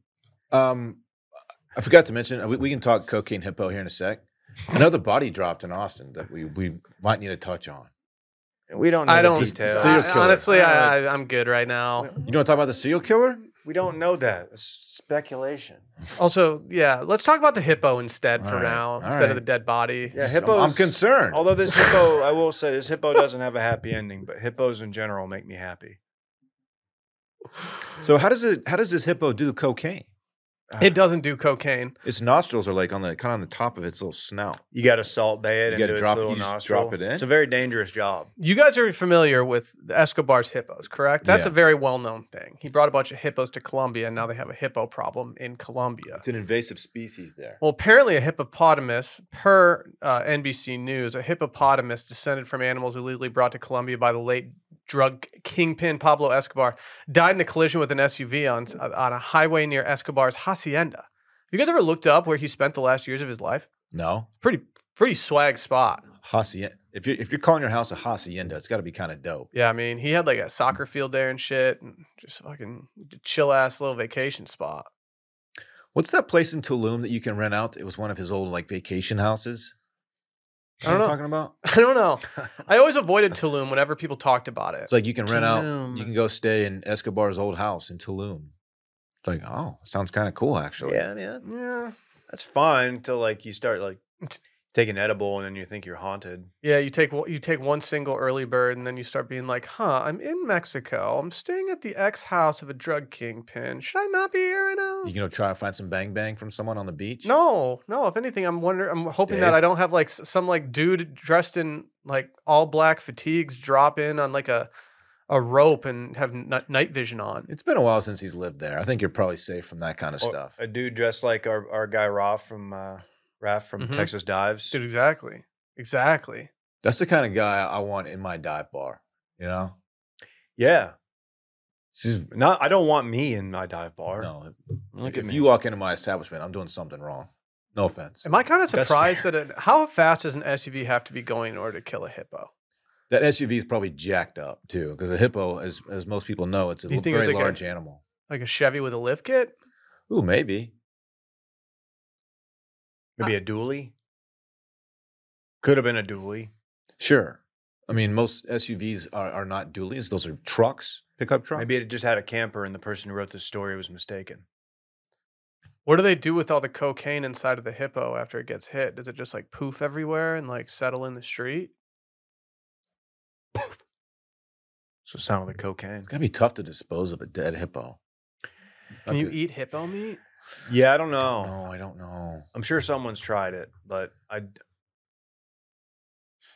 um, I forgot to mention. uh, We, we can talk cocaine hippo here in a sec. Another body dropped in Austin that we we might need to touch on.
We don't know
I don't.
the
Just-
details.
serial
I-
killer.
honestly,
Uh,
I, I, I'm good right now.
You don't talk about the serial killer?
we don't know that. It's speculation.
Also, yeah, let's talk about the hippo instead for
All right,
now,
all
instead of
right.
the dead body.
Yeah,
Just- I'm- I'm,
hippos-
concerned.
Although this hippo, I will say this hippo doesn't have a happy ending, but hippos in general make me happy.
so how does it? How does this hippo do cocaine?
It doesn't do cocaine.
Its nostrils are like on the kind of on the top of its little snout.
You got to salt bay it
You
into
gotta
its
drop-
little
you just
nostril.
drop it in?
It's a very dangerous job.
You guys are familiar with Escobar's hippos, correct? That's
Yeah.
a very well known thing. He brought a bunch of hippos to Colombia, and now they have a hippo problem in Colombia.
It's an invasive species there.
Well, apparently, a hippopotamus, per uh, NBC News, a hippopotamus descended from animals illegally brought to Colombia by the late drug kingpin Pablo Escobar, died in a collision with an SUV on, uh, on a highway near Escobar's hacienda. Have you guys ever looked up where he spent the last years of his life?
no,
Pretty, pretty swag spot.
hacienda. If you're if you're calling your house a hacienda, it's got to be kind of dope.
Yeah, I mean, he had like a soccer field there and shit, and just fucking chill ass little vacation spot.
What's that place in Tulum that you can rent out? It was one of his old like vacation houses.
I don't know.
Talking about
I don't know. I always avoided Tulum whenever people talked about it.
it's like you can rent out.
Uh, Tulum.
You can go stay in Escobar's old house in Tulum. It's like oh, sounds kind of cool actually.
Yeah, man.
yeah,
That's fine until like you start like take an edible and then you think you're haunted.
Yeah, you take one- you take one single early bird, and then you start being like, "Huh, I'm in Mexico. I'm staying at the ex house of a drug kingpin. Should I not be here right now?"
You can go try to find some bang bang from someone on the beach.
no, no. If anything, I'm wonder. I'm hoping that
Dave?
I don't have like s- some like dude dressed in like all black fatigues drop in on like a a rope and have n- night vision on.
It's been a while since he's lived there. I think you're probably safe from that kind of
Or
stuff.
A dude dressed like our, our guy Raff from uh Raff from
Mm-hmm.
Mhm.
Texas Dives.
Dude, exactly, exactly.
That's the kind of guy I want in my dive bar. You know,
Yeah.
she's
Not I don't want me in my dive bar.
no.
Look at
if
me.
you walk into my establishment, I'm doing something wrong. No offense.
Am I kind of
That's
surprised
fair.
that it, how fast does an SUV have to be going in order to kill a hippo?
That SUV is probably jacked up too, because a hippo, as as most people know, it's a
Do you
l-
think it was
very
like a-
large animal.
Like a Chevy with a lift kit?
Ooh, maybe.
Maybe a dually. Could have been a dually.
Sure. I mean, most SUVs are, are not dualies; those are trucks, pickup trucks.
Maybe it just had a camper and the person who wrote this story was mistaken.
What do they do with all the cocaine inside of the hippo after it gets hit? Does it just like poof everywhere and like settle in the street?
So sound of the cocaine.
it's gotta be tough to dispose of a dead hippo.
Can
Not
you
to-
eat hippo meat?
Yeah, I don't
I
know.
don't know. I don't know.
I'm sure someone's tried it, but I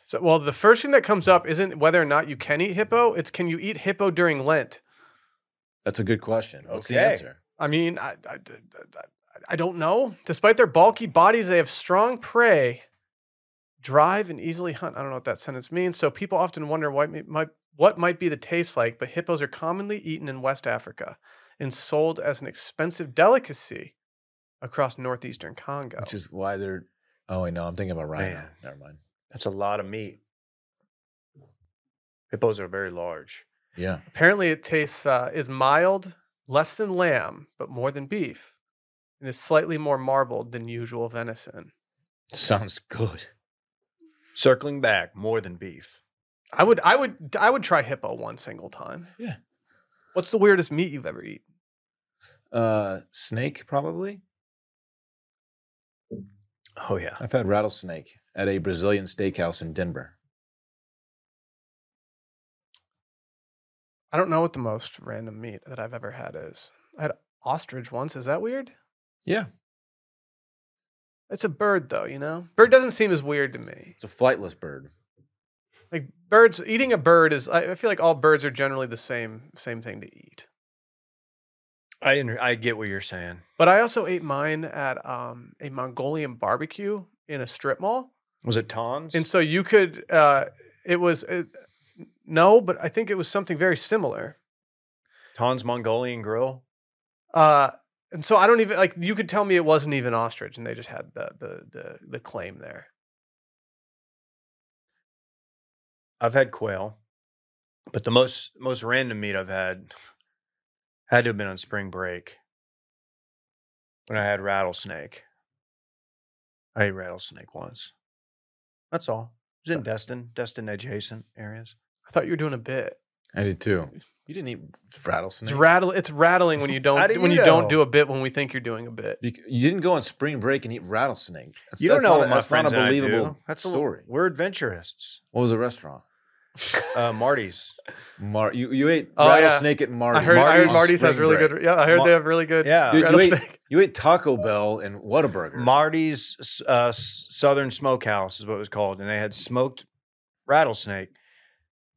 So, well, the first thing that comes up isn't whether or not you can eat hippo. It's can you eat hippo during Lent?
That's a good question. What's the
Okay.
answer?
I mean, I, I, I, I don't know. Despite their bulky bodies, they have strong prey, drive, and easily hunt. I don't know what that sentence means. So people often wonder why, mi- might, what might be the taste like, but hippos are commonly eaten in West Africa and sold as an expensive delicacy across northeastern Congo.
Which is why they're. Oh, I know. I'm thinking about rhino.
Man.
Never mind.
that's a lot of meat. Hippos are very large.
Yeah.
Apparently, it tastes uh, is mild, less than lamb, but more than beef, and is slightly more marbled than usual venison.
Sounds good.
Circling back, more than beef.
I would, I would, I would try hippo one single time.
Yeah.
What's the weirdest meat you've ever eaten?
Uh, snake probably.
Oh yeah.
I've had rattlesnake at a Brazilian steakhouse in Denver?
I don't know what the most random meat that I've ever had is. I had ostrich once. Is that weird?
Yeah.
It's a bird, though, you know? Bird doesn't seem as weird to me.
It's a flightless bird.
Like, birds, eating a bird is, I, I feel like all birds are generally the same, same thing to eat.
I under- I get what you're saying.
But I also ate mine at um, a Mongolian barbecue in a strip mall.
Was it Tom's?
And so you could, uh, it was, it, no, but I think it was something very similar.
Tom's Mongolian Grill.
Uh, and so I don't even like you could tell me it wasn't even ostrich, and they just had the the the, the claim there.
I've had quail, but the most most random meat I've had had to have been on spring break when I had rattlesnake. I ate rattlesnake once. That's all. It was in Destin, Destin adjacent areas.
I thought you were doing a bit.
I did too. You didn't eat rattlesnake.
It's rattle. It's rattling when you don't
do
when
you
you don't
know?
do a bit when we think you're doing a bit.
Bec- you didn't go on spring break and eat rattlesnake. That's,
you don't
that's
know
not a-
what my
that's
friends
not a
and I do.
believable
That's a-
story.
we're adventurists.
what was the restaurant?
Uh, Marty's.
Mar- you, you ate
Oh, yeah.
rattlesnake at Marty's.
I heard. I heard
on
Marty's has
spring
really
break.
good. Yeah, I heard
Ma-
they have really good.
Yeah.
Dude, you ate,
rattlesnake.
you ate Taco Bell and Whataburger.
Marty's s- uh, s- Southern Smokehouse is what it was called, and they had smoked rattlesnake.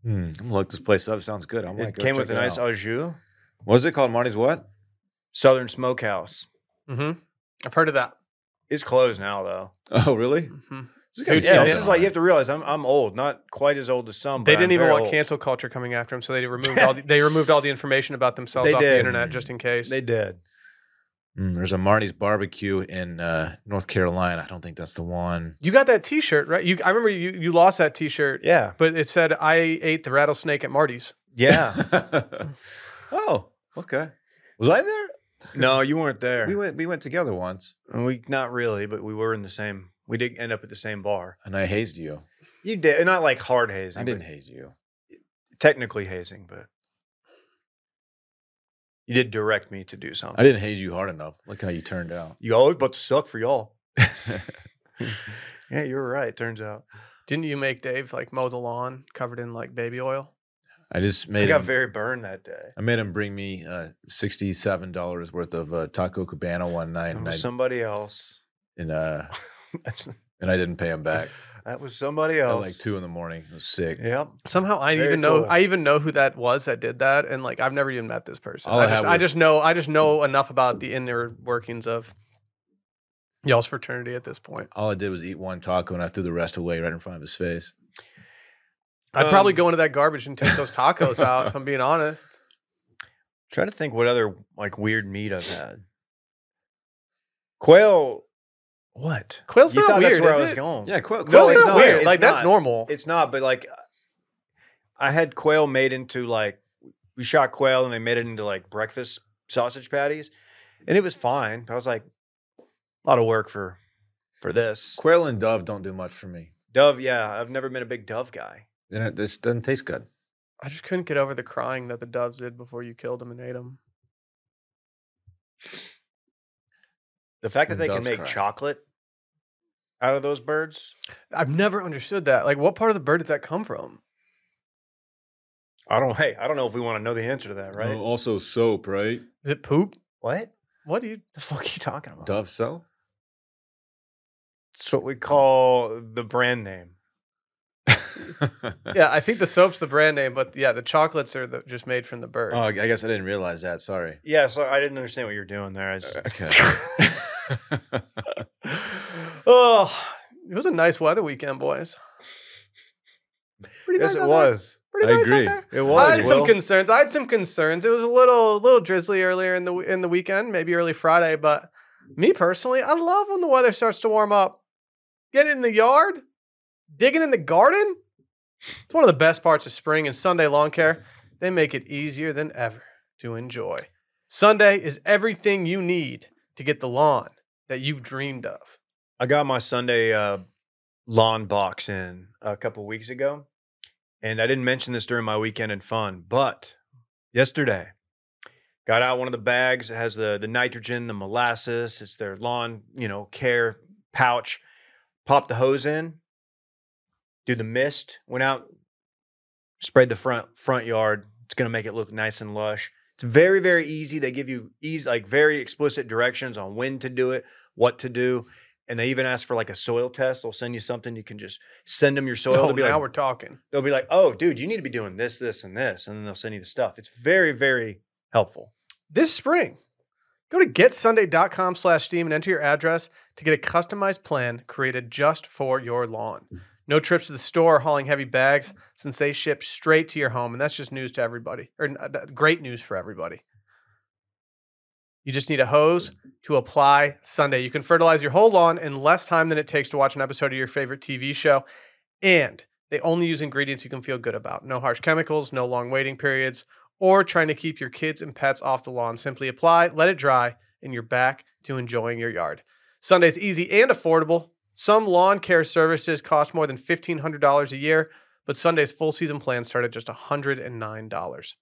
Hmm, I'm gonna look this place up. Sounds good. I'm
it came with a nice
Out.
au jus.
What is it called? Marty's what?
Southern Smokehouse.
Mm-hmm. I've heard of that.
It's closed now though.
Oh, really?
Mm-hmm.
Mhm.
There's gotta be
Dude,
Yeah,
Yeah,
this
yeah.
is like you have to realize I'm I'm old, not quite as old as some.
They
but I'm
didn't even
very
want
old.
cancel culture coming after them, so they removed all. The, they removed all the information about themselves
They
off
did.
the internet just in case.
They did.
Mm, there's a Marty's barbecue in uh, North Carolina. I don't think that's the one.
you got that T-shirt right? You, I remember you you lost that T-shirt,
Yeah.
but it said I ate the rattlesnake at Marty's.
Yeah.
oh, okay. Was I there?
no, you weren't there.
We
We,
went. We went together once,
not really, but we were in the same. We did end up at the same bar.
and I hazed you.
You did not like hard hazing.
I didn't
but
haze you.
technically hazing, but you did direct me to do something.
I didn't haze you hard enough. Look how you turned out.
You always about to suck for y'all. yeah, you're right. Turns out
Didn't you make Dave like mow the lawn covered in like baby oil?
I just
I
made.
got
him,
very burned that day.
I made him bring me uh, sixty-seven dollars worth of uh, Taco Cabana one night,
That
and I,
was somebody else.
and, uh,
That's,
and I didn't pay him back.
that was somebody
At
else.
like two in the morning. It was sick.
Yep.
Somehow I
Very
even know
cool.
I even know who that was that did that, and like I've never even met this person.
All
I
I
just
had
I
was-
just know I just know enough about the inner workings of y'all's fraternity at this point.
All I did was eat one taco, and I threw the rest away right in front of his face.
I'd probably
Um,
go into that garbage and take those tacos out if I'm being honest.
Try to think what other like weird meat I've had. Quail. What?
Quail's
you
not
thought
weird.
that's where
is
I was
it?
going.
Yeah, quail.
No,
No,
it's,
it's
not
not.
weird.
It's
like that's
not.
normal.
It's not, but like uh, I had quail made into like we shot quail and they made it into like breakfast sausage patties. And it was fine. But I was like, a lot of work for for this.
Quail and dove don't do much for me.
Dove, yeah. I've never been a big dove guy.
They don't- This doesn't taste good.
I just couldn't get over the crying that the doves did before you killed them and ate them.
The fact that
And
they can
doves
make
cry.
chocolate out of those birds,
I've never understood that. Like, what part of the bird did that come from?
I don't hey, I don't know if we want to know the answer to that, right?
Oh, also soap, right?
Is it poop?
What?
What do you?
The fuck are you talking about?
Dove soap.
It's what we call the brand name.
Yeah, I think the soap's the brand name, but yeah, the chocolates are the, just made from the bird.
Oh, I guess I didn't realize that. Sorry.
Yeah, so I didn't understand what you were doing there. I just,
Okay.
oh, it was a nice weather weekend, boys. Pretty nice
yes, it
out there.
was.
Pretty
I
nice out
agree.
there.
It
I
was.
had
Will.
some concerns. I had some concerns. It was a little little drizzly earlier in the in the weekend, maybe early Friday, but me personally, I love when the weather starts to warm up. Getting in the yard, digging in the garden. It's one of the best parts of spring and Sunday lawn care. They make it easier than ever to enjoy. Sunday is everything you need to get the lawn that you've dreamed of.
I got my Sunday uh, lawn box in a couple weeks ago, and I didn't mention this during my weekend in fun, but yesterday got out one of the bags. It has the the nitrogen, the molasses. It's their lawn, you know, care pouch. Popped the hose in, Dude, the mist went out, sprayed the front front yard. It's gonna make it look nice and lush. It's very very easy. They give you easy like very explicit directions on when to do it, what to do, and they even ask for like a soil test. They'll send you something. You can just send them your soil.
oh,
They'll be
now
like,
we're talking.
they'll be like, oh, dude, you need to be doing this, this, and this, and then they'll send you the stuff. It's very very helpful.
This spring, go to getsunday.com slash steam and enter your address to get a customized plan created just for your lawn. No trips to the store or hauling heavy bags since they ship straight to your home. And that's just news to everybody, or uh, great news for everybody. You just need a hose to apply Sunday. You can fertilize your whole lawn in less time than it takes to watch an episode of your favorite TV show. And they only use ingredients you can feel good about. No harsh chemicals, no long waiting periods, or trying to keep your kids and pets off the lawn. Simply apply, let it dry, and you're back to enjoying your yard. Sunday's easy and affordable. Some lawn care services cost more than $1,500 a year, but Sunday's full season plan start at just $109.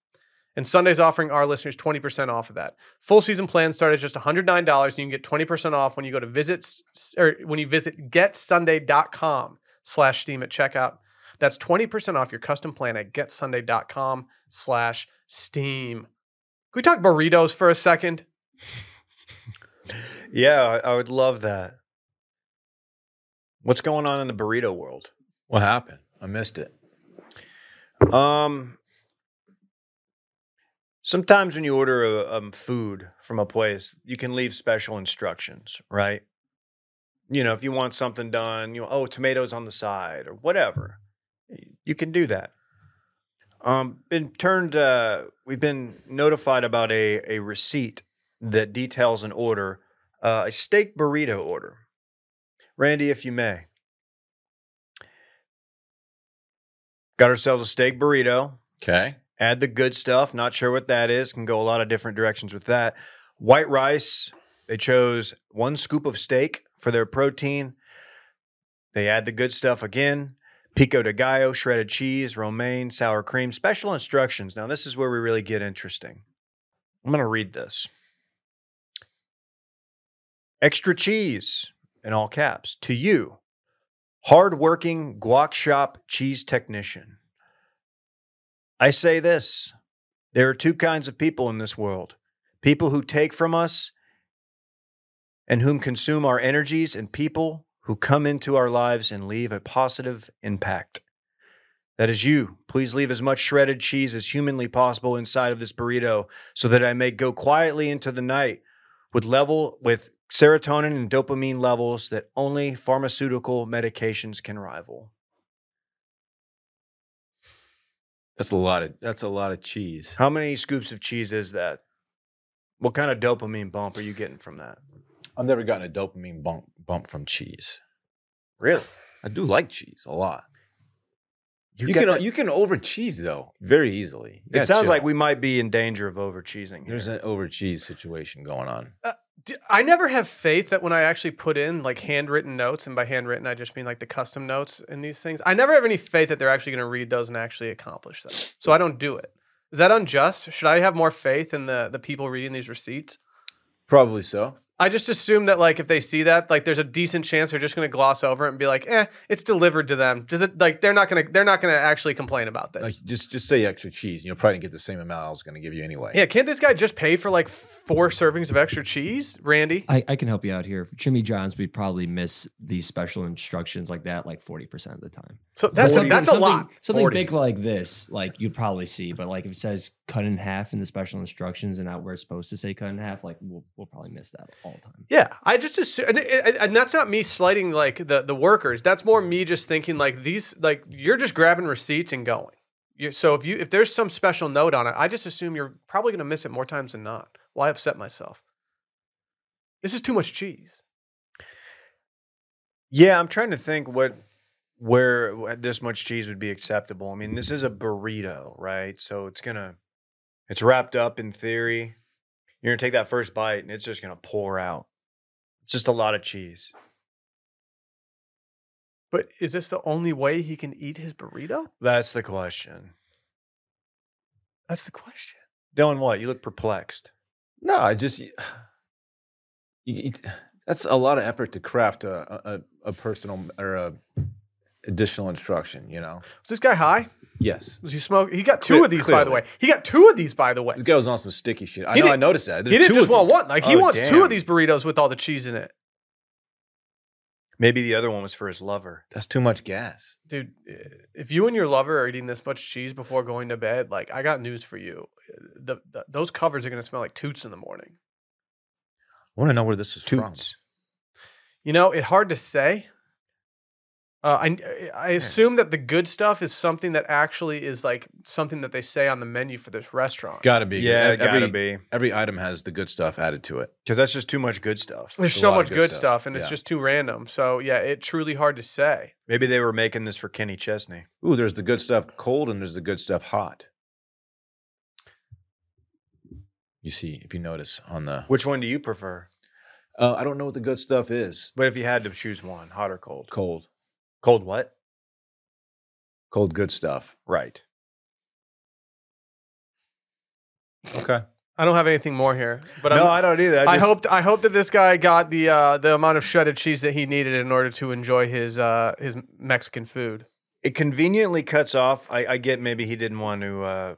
And Sunday's offering our listeners 20% off of that. Full season plans start at just $109, and you can get 20% off when you go to visit s- or when you visit getsunday.com slash steam at checkout. That's 20% off your custom plan at getsunday.com slash steam. Can we talk burritos for a second?
Yeah, I, I would love that. What's going on in the burrito world?
What happened? I missed it.
Um, sometimes when you order a, um, food from a place, you can leave special instructions, right? You know, if you want something done, you know, oh, tomatoes on the side or whatever, you can do that. Um, been turned. Uh, we've been notified about a a receipt that details an order, uh, a steak burrito order. Randy, if you may, got ourselves a steak burrito
Okay.
add the good stuff. Not sure what that is. Can go a lot of different directions with that. White rice. They chose one scoop of steak for their protein. They add the good stuff again. Pico de gallo, shredded cheese, romaine, sour cream, special instructions. Now, this is where we really get interesting. I'm going to read this. Extra cheese in all caps to you, hardworking guac shop cheese technician. I say this there are two kinds of people in this world people who take from us and whom consume our energies, and people who come into our lives and leave a positive impact. That is you. Please leave as much shredded cheese as humanly possible inside of this burrito so that I may go quietly into the night with level with serotonin and dopamine levels that only pharmaceutical medications can rival.
That's a lot of that's a lot of cheese.
How many scoops of cheese is that? What kind of dopamine bump are you getting from that?
I've never gotten a dopamine bump bump from cheese.
Really?
I do like cheese a lot.
You,
You,
get
can
that-
you can over cheese though very easily. You
it
gotta
sounds
chill.
like we might be in danger of over cheesing.
there's
here.
an over cheese situation going on.
D- I never have faith that when I actually put in like handwritten notes, and by handwritten, I just mean like the custom notes in these things, I never have any faith that they're actually going to read those and actually accomplish them. So I don't do it. Is that unjust? Should I have more faith in the, the people reading these receipts?
Probably so.
I just assume that like if they see that, like there's a decent chance they're just going to gloss over it and be like, eh, it's delivered to them. Does it like they're not going to they're not going to actually complain about this?
Like just just say extra cheese. and You'll probably get the same amount I was going to give you anyway.
yeah, can't this guy just pay for like four servings of extra cheese, Randy?
I, I can help you out here. Jimmy John's, we probably miss these special instructions like that, like forty percent of the time.
So that's
Something-
that's a
something-
lot.
Something
40.
big like this, like you'll probably see, but like if it says cut in half in the special instructions and not where it's supposed to say cut in half, like we'll, we'll probably miss that all the time.
Yeah, I just assume, and, and, and that's not me slighting like the the workers. That's more me just thinking like these, like you're just grabbing receipts and going. you so if you if there's some special note on it, I just assume you're probably going to miss it more times than not. Why upset myself? This is too much cheese.
yeah, I'm trying to think what where wh- this much cheese would be acceptable. I mean, this is a burrito, right? So it's gonna it's wrapped up in theory. You're gonna take that first bite and it's just gonna pour out. It's just a lot of cheese.
But is this the only way he can eat his burrito?
That's the question.
That's the question.
Dylan, what? You look perplexed.
No, I just you, you- that's a lot of effort to craft a a, a- a personal or a additional instruction. You know,
Was this guy high?
yes.
Was he smoking? He got two
Cle-
of these, by the way.
clearly.
He got two of these, by the way.
This guy was on some sticky shit. I
He
know. I
didn't-
noticed that.
He didn't just want one. Like he
Oh,
wants two
damn.
of these burritos with all the cheese in it,
Maybe the other one was for his lover.
That's too much gas.
dude. If you and your lover are eating this much cheese before going to bed, like I got news for you, the, the those covers are gonna smell like toots in the morning.
I want to know where this is from.
Toots.
You know, it's hard to say. Uh, I I assume that the good stuff is something that actually is like something that they say on the menu for this restaurant.
Gotta be.
Yeah,
e, Every-
it gotta be.
Every item has the good stuff added to it.
Because that's just too much good stuff.
There's
a
so
lot of
much
good
good,
stuff.
stuff, and it's
Yeah.
just too random. So yeah, it's truly hard to say.
Maybe they were making this for Kenny Chesney.
Ooh, there's the good stuff cold and there's the good stuff hot. You see, if you notice on the,
Which one do you prefer?
uh, I don't know what the good stuff is.
But if you had to choose one, hot or cold?
Cold,
Cold what?
cold good stuff.
Right.
Okay.
I don't have anything more here, but
But no,
I'm,
I don't either. I,
I,
just,
hoped I hope that this guy got the uh, the amount of shredded cheese that he needed in order to enjoy his uh, his Mexican food.
it conveniently cuts off. I, I get maybe he didn't want to uh,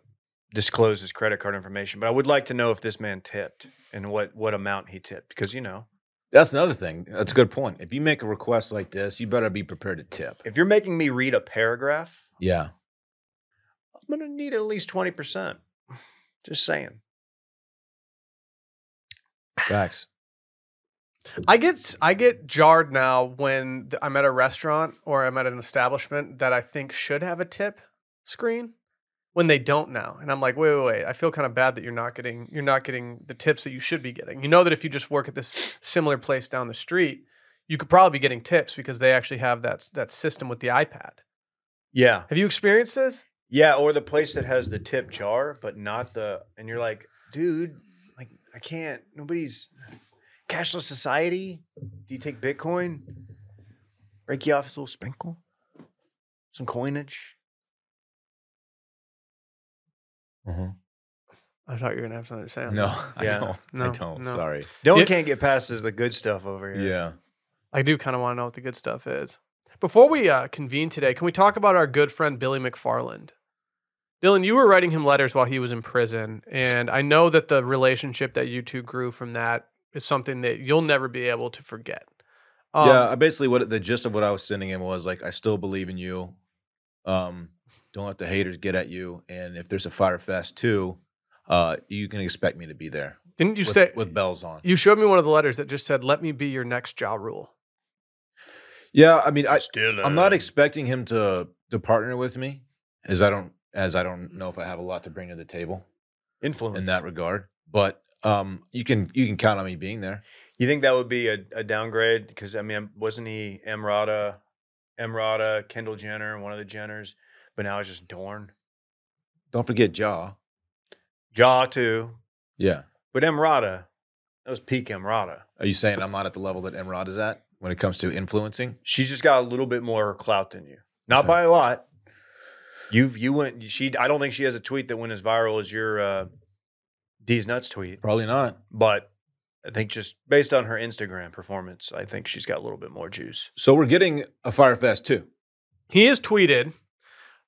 disclose his credit card information, but I would like to know if this man tipped and what what amount he tipped because you know
That's another thing. That's a good point. If you make a request like this, you better be prepared to tip.
if you're making me read a paragraph,
Yeah.
I'm gonna need at least twenty percent. Just saying.
Facts.
I get I get jarred now when th- I'm at a restaurant or I'm at an establishment that I think should have a tip screen when they don't now. And I'm like, "Wait, wait, wait. I feel kind of bad that you're not getting you're not getting the tips that you should be getting. You know that if you just work at this similar place down the street, you could probably be getting tips because they actually have that s- that system with the iPad.
Yeah,
Have you experienced this?
yeah. Or the place that has the tip jar, but not the and you're like, dude, like I can't. Nobody's cashless society. Do you take Bitcoin? Break you off a little sprinkle, some coinage.
Uh-huh.
I thought you were going to have something to say on
No,
this.
I
Yeah.
don't. I
No,
don't.
no.
Sorry.
Dylan
Yeah.
can't get past is the good stuff over here.
Yeah.
I do kind of want to know what the good stuff is. Before we uh, convene today, can we talk about our good friend Billy McFarland? Dylan, you were writing him letters while he was in prison, and I know that the relationship that you two grew from that is something that you'll never be able to forget. Um,
yeah. I basically what the gist of what I was sending him was like, I still believe in you. Um, don't let the haters get at you. And if there's a fire fest too, uh, you can expect me to be there.
didn't you
with,
say
with bells on.
you showed me one of the letters that just said, "Let me be your next Ja Rule."
Yeah, I mean, I,
still.
I'm not expecting him to to partner with me, as I don't as I don't know if I have a lot to bring to the table
influence
in that regard. But um, you can you can count on me being there.
You think that would be a, a downgrade? Because I mean, wasn't he Emrata, Emrata, Kendall Jenner, one of the Jenners, but now it's just Dorn,
Don't forget Jaw.
Jaw too.
Yeah.
But Emrata, that was peak Emrata.
Are you saying I'm not at the level that Emrod is at when it comes to influencing?
She's just got a little bit more clout than you, not
Okay.
by a lot. You've you went. She I don't think she has a tweet that went as viral as your uh, D's nuts tweet,
Probably not.
but I think just based on her Instagram performance, I think she's got a little bit more juice.
So we're getting a Firefest too.
He has tweeted,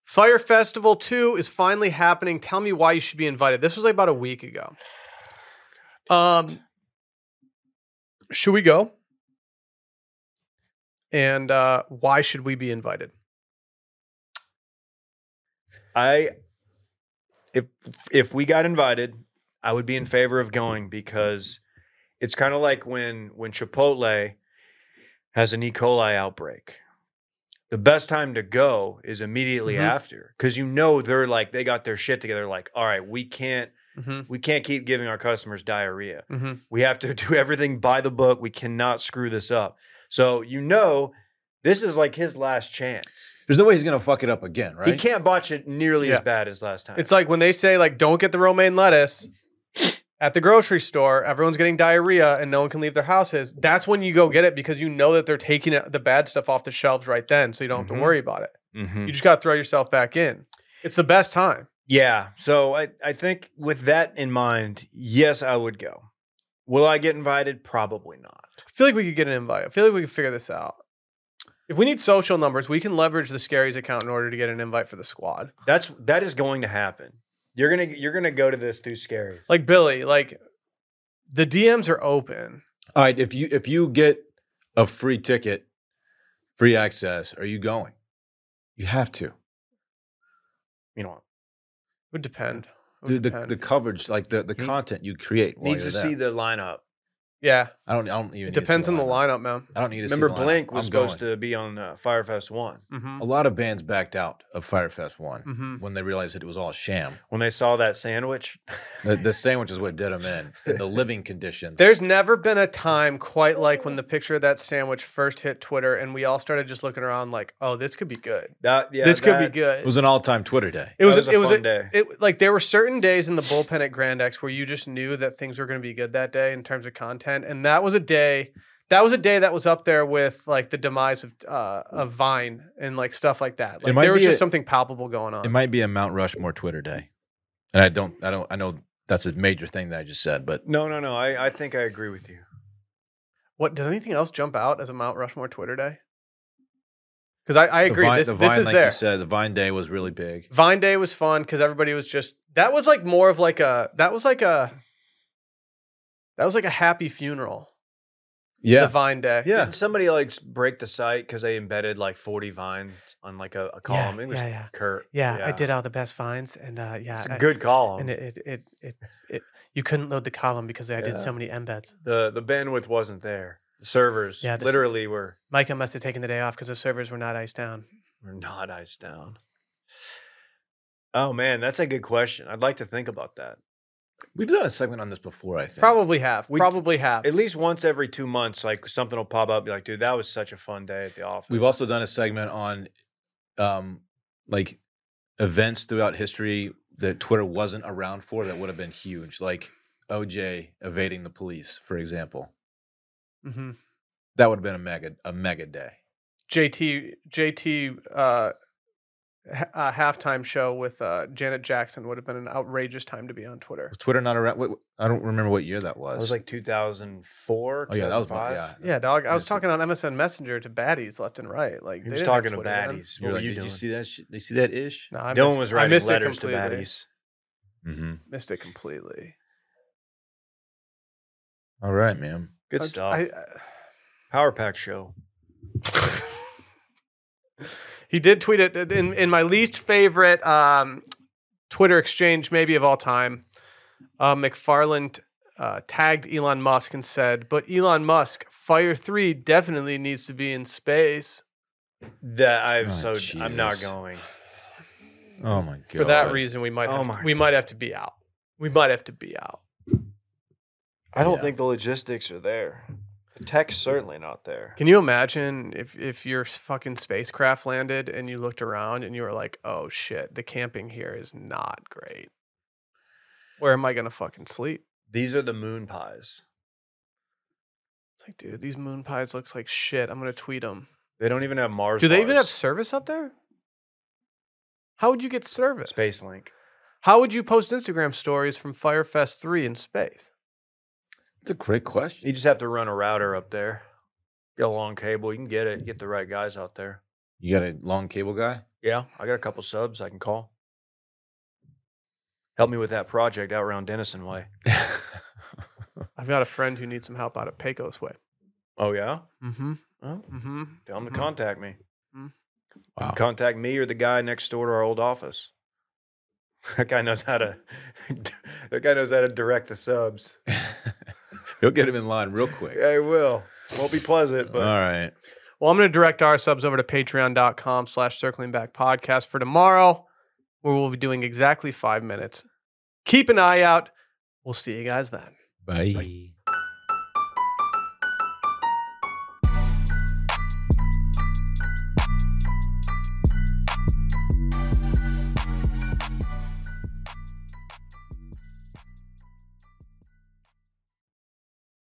"Fire Festival Two is finally happening. Tell me why you should be invited." This was like about a week ago. Um, should we go? And uh, why should we be invited?
I if if we got invited, I would be in favor of going because it's kind of like when when Chipotle has an E. coli outbreak. The best time to go is immediately
Mhm.
after because you know they're like they got their shit together. Like, all right, we can't
Mm-hmm.
we can't keep giving our customers diarrhea.
Mm-hmm.
We have to do everything by the book. We cannot screw this up. So you know this is like his last chance.
There's no way he's gonna fuck it up again, right?
He can't botch it nearly
Yeah.
as bad as last time.
It's like when they say like, "Don't get the romaine lettuce." At the grocery store, everyone's getting diarrhea and no one can leave their houses. That's when you go get it because you know that they're taking it- the bad stuff off the shelves right then, so you don't have
Mhm.
to worry about it.
Mhm.
Mm-hmm.
You just got to throw yourself back in. It's the best time.
Yeah. So I, I think with that in mind, yes, I would go. Will I get invited? Probably not.
I feel like we could get an invite. I feel like we could figure this out. If we need social numbers, we can leverage the Scaries account in order to get an invite for the squad.
That's that is going to happen. You're gonna you're gonna go to this through scaries.
Like Billy, like the DMs are open.
All right, if you if you get a free ticket, free access, are you going? You have to.
you know,
It would depend. It would
Dude, the,
depend.
the coverage, like the, the content you create, while
Oh, needs to
you're there.
see the lineup.
yeah,
I don't. I don't even.
it
need to see
depends on the lineup, man.
I don't need to.
Remember,
see the lineup.
Blink was
I'm
supposed
going.
to be on uh, Firefest One
hmm
A lot of bands backed out of Firefest One
hmm
Mm.
when they realized that it was all sham.
when they saw that sandwich.
The, the sandwich is what did them in, and the living conditions.
There's never been a time quite like when the picture of that sandwich first hit Twitter, and we all started just looking around like, "Oh, this could be good.
That yeah,
this could be
that-
it
good."
was an all time Twitter day.
it was.
that
It was.
fun
a-
day.
It like there were certain days in the bullpen at Grand X where you just knew that things were going to be good that day in terms of content, and that was a day. That was a day that was up there with like the demise of uh, of Vine and like stuff like that.
It
Like
might
there was
be
just
a-
something palpable going on.
It might be a Mount Rushmore Twitter day, and I don't. I don't. I know that's a major thing that I just said, but
No, no, no. I, I think I agree with you.
what does anything else jump out as a Mount Rushmore Twitter day? Because I, I
the
agree.
Vine-
this
the
this
Vine,
is
like
there.
You said the Vine Day was really big.
Vine Day was fun because everybody was just that was like more of like a that was like a that was like a happy funeral. The
Yeah,
Vine Day.
yeah.
Didn't somebody like s- break the site because they embedded like 40 vines on like a, a column? it was
yeah, yeah.
Kurt.
Yeah, I did all the best finds, and uh, yeah,
It's a
I-
good column.
and it it, it it it you couldn't load the column because I
Yeah.
did so many embeds.
the the bandwidth wasn't there. The servers
Yeah, this-
literally were
Micah must have taken the day off because the servers were not iced down.
were not iced down. Oh man, that's a good question. I'd like to think about that.
We've done a segment on this before. I think
Probably have.
We-
probably have.
At least once every two months, like something will pop up. Be like, dude, that was such a fun day at the office.
We've also done a segment on um like events throughout history that Twitter wasn't around for that would have been huge, like OJ evading the police, for example.
hmm
That would have been a mega a mega day.
JT JT uh, ha- uh, halftime show with uh, Janet Jackson would have been an outrageous time to be on Twitter.
Was Twitter not around? Wait, wait, I don't remember what year that was.
It was like 2004.
oh yeah, that was my,
2005.
yeah.
Yeah, dog. I was
Yes.
talking on MSN Messenger to baddies left and right. Like they
He was
didn't have
talking to
Twitter then.
baddies.
You're
What were
like,
you
did
doing?
you see that? Shit? They see that ish?
No, I
no one
missed-
was
I
writing
missed it
letters to
completely.
baddies.
Mm-hmm.
Missed it completely.
All right, man.
Good
I-
stuff.
I-
Power Pack show.
I- he did tweet it in in my least favorite um, Twitter exchange maybe of all time. Uh, McFarland uh, tagged Elon Musk and said, "But Elon Musk, Fire Three definitely needs to be in space."
That I'm
Oh,
so I'm not
Jesus.
going.
Oh my god.
For that reason, we might
Oh
have
my
to, we might have to be out. We might have to be out.
I don't
Yeah.
think the logistics are there. The tech's certainly not there.
Can you imagine if if your s- fucking spacecraft landed and you looked around and you were like, "Oh shit, the camping here is not great. Where am I gonna fucking sleep?"
These are the moon pies.
It's like, dude, these moon pies looks like shit. I'm gonna tweet them.
They don't even have Mars.
Do they even have
bars.
service up there? How would you get service?
Space Link?
How would you post Instagram stories from Firefest Three in space?
It's a great question.
You just have to run a router up there. Get a long cable. You can get it. Get the right guys out there.
You got a long cable guy?
Yeah, I got a couple subs I can call. Help me with that project out around Denison Way.
I've got a friend who needs some help out of Pecos Way.
Oh yeah,
Mm-hmm.
Oh.
Mm-hmm.
tell them
Mhm.
to contact me.
wow.
Contact me or the guy next door to our old office. That guy knows how to. that guy knows how to direct the subs.
He'll get him in line real quick.
I will. Won't be pleasant,
All
but
right.
Well, I'm going to direct our subs over to patreon.com slash circling back podcast for tomorrow, where we'll be doing exactly five minutes. Keep an eye out. We'll see you guys then.
Bye.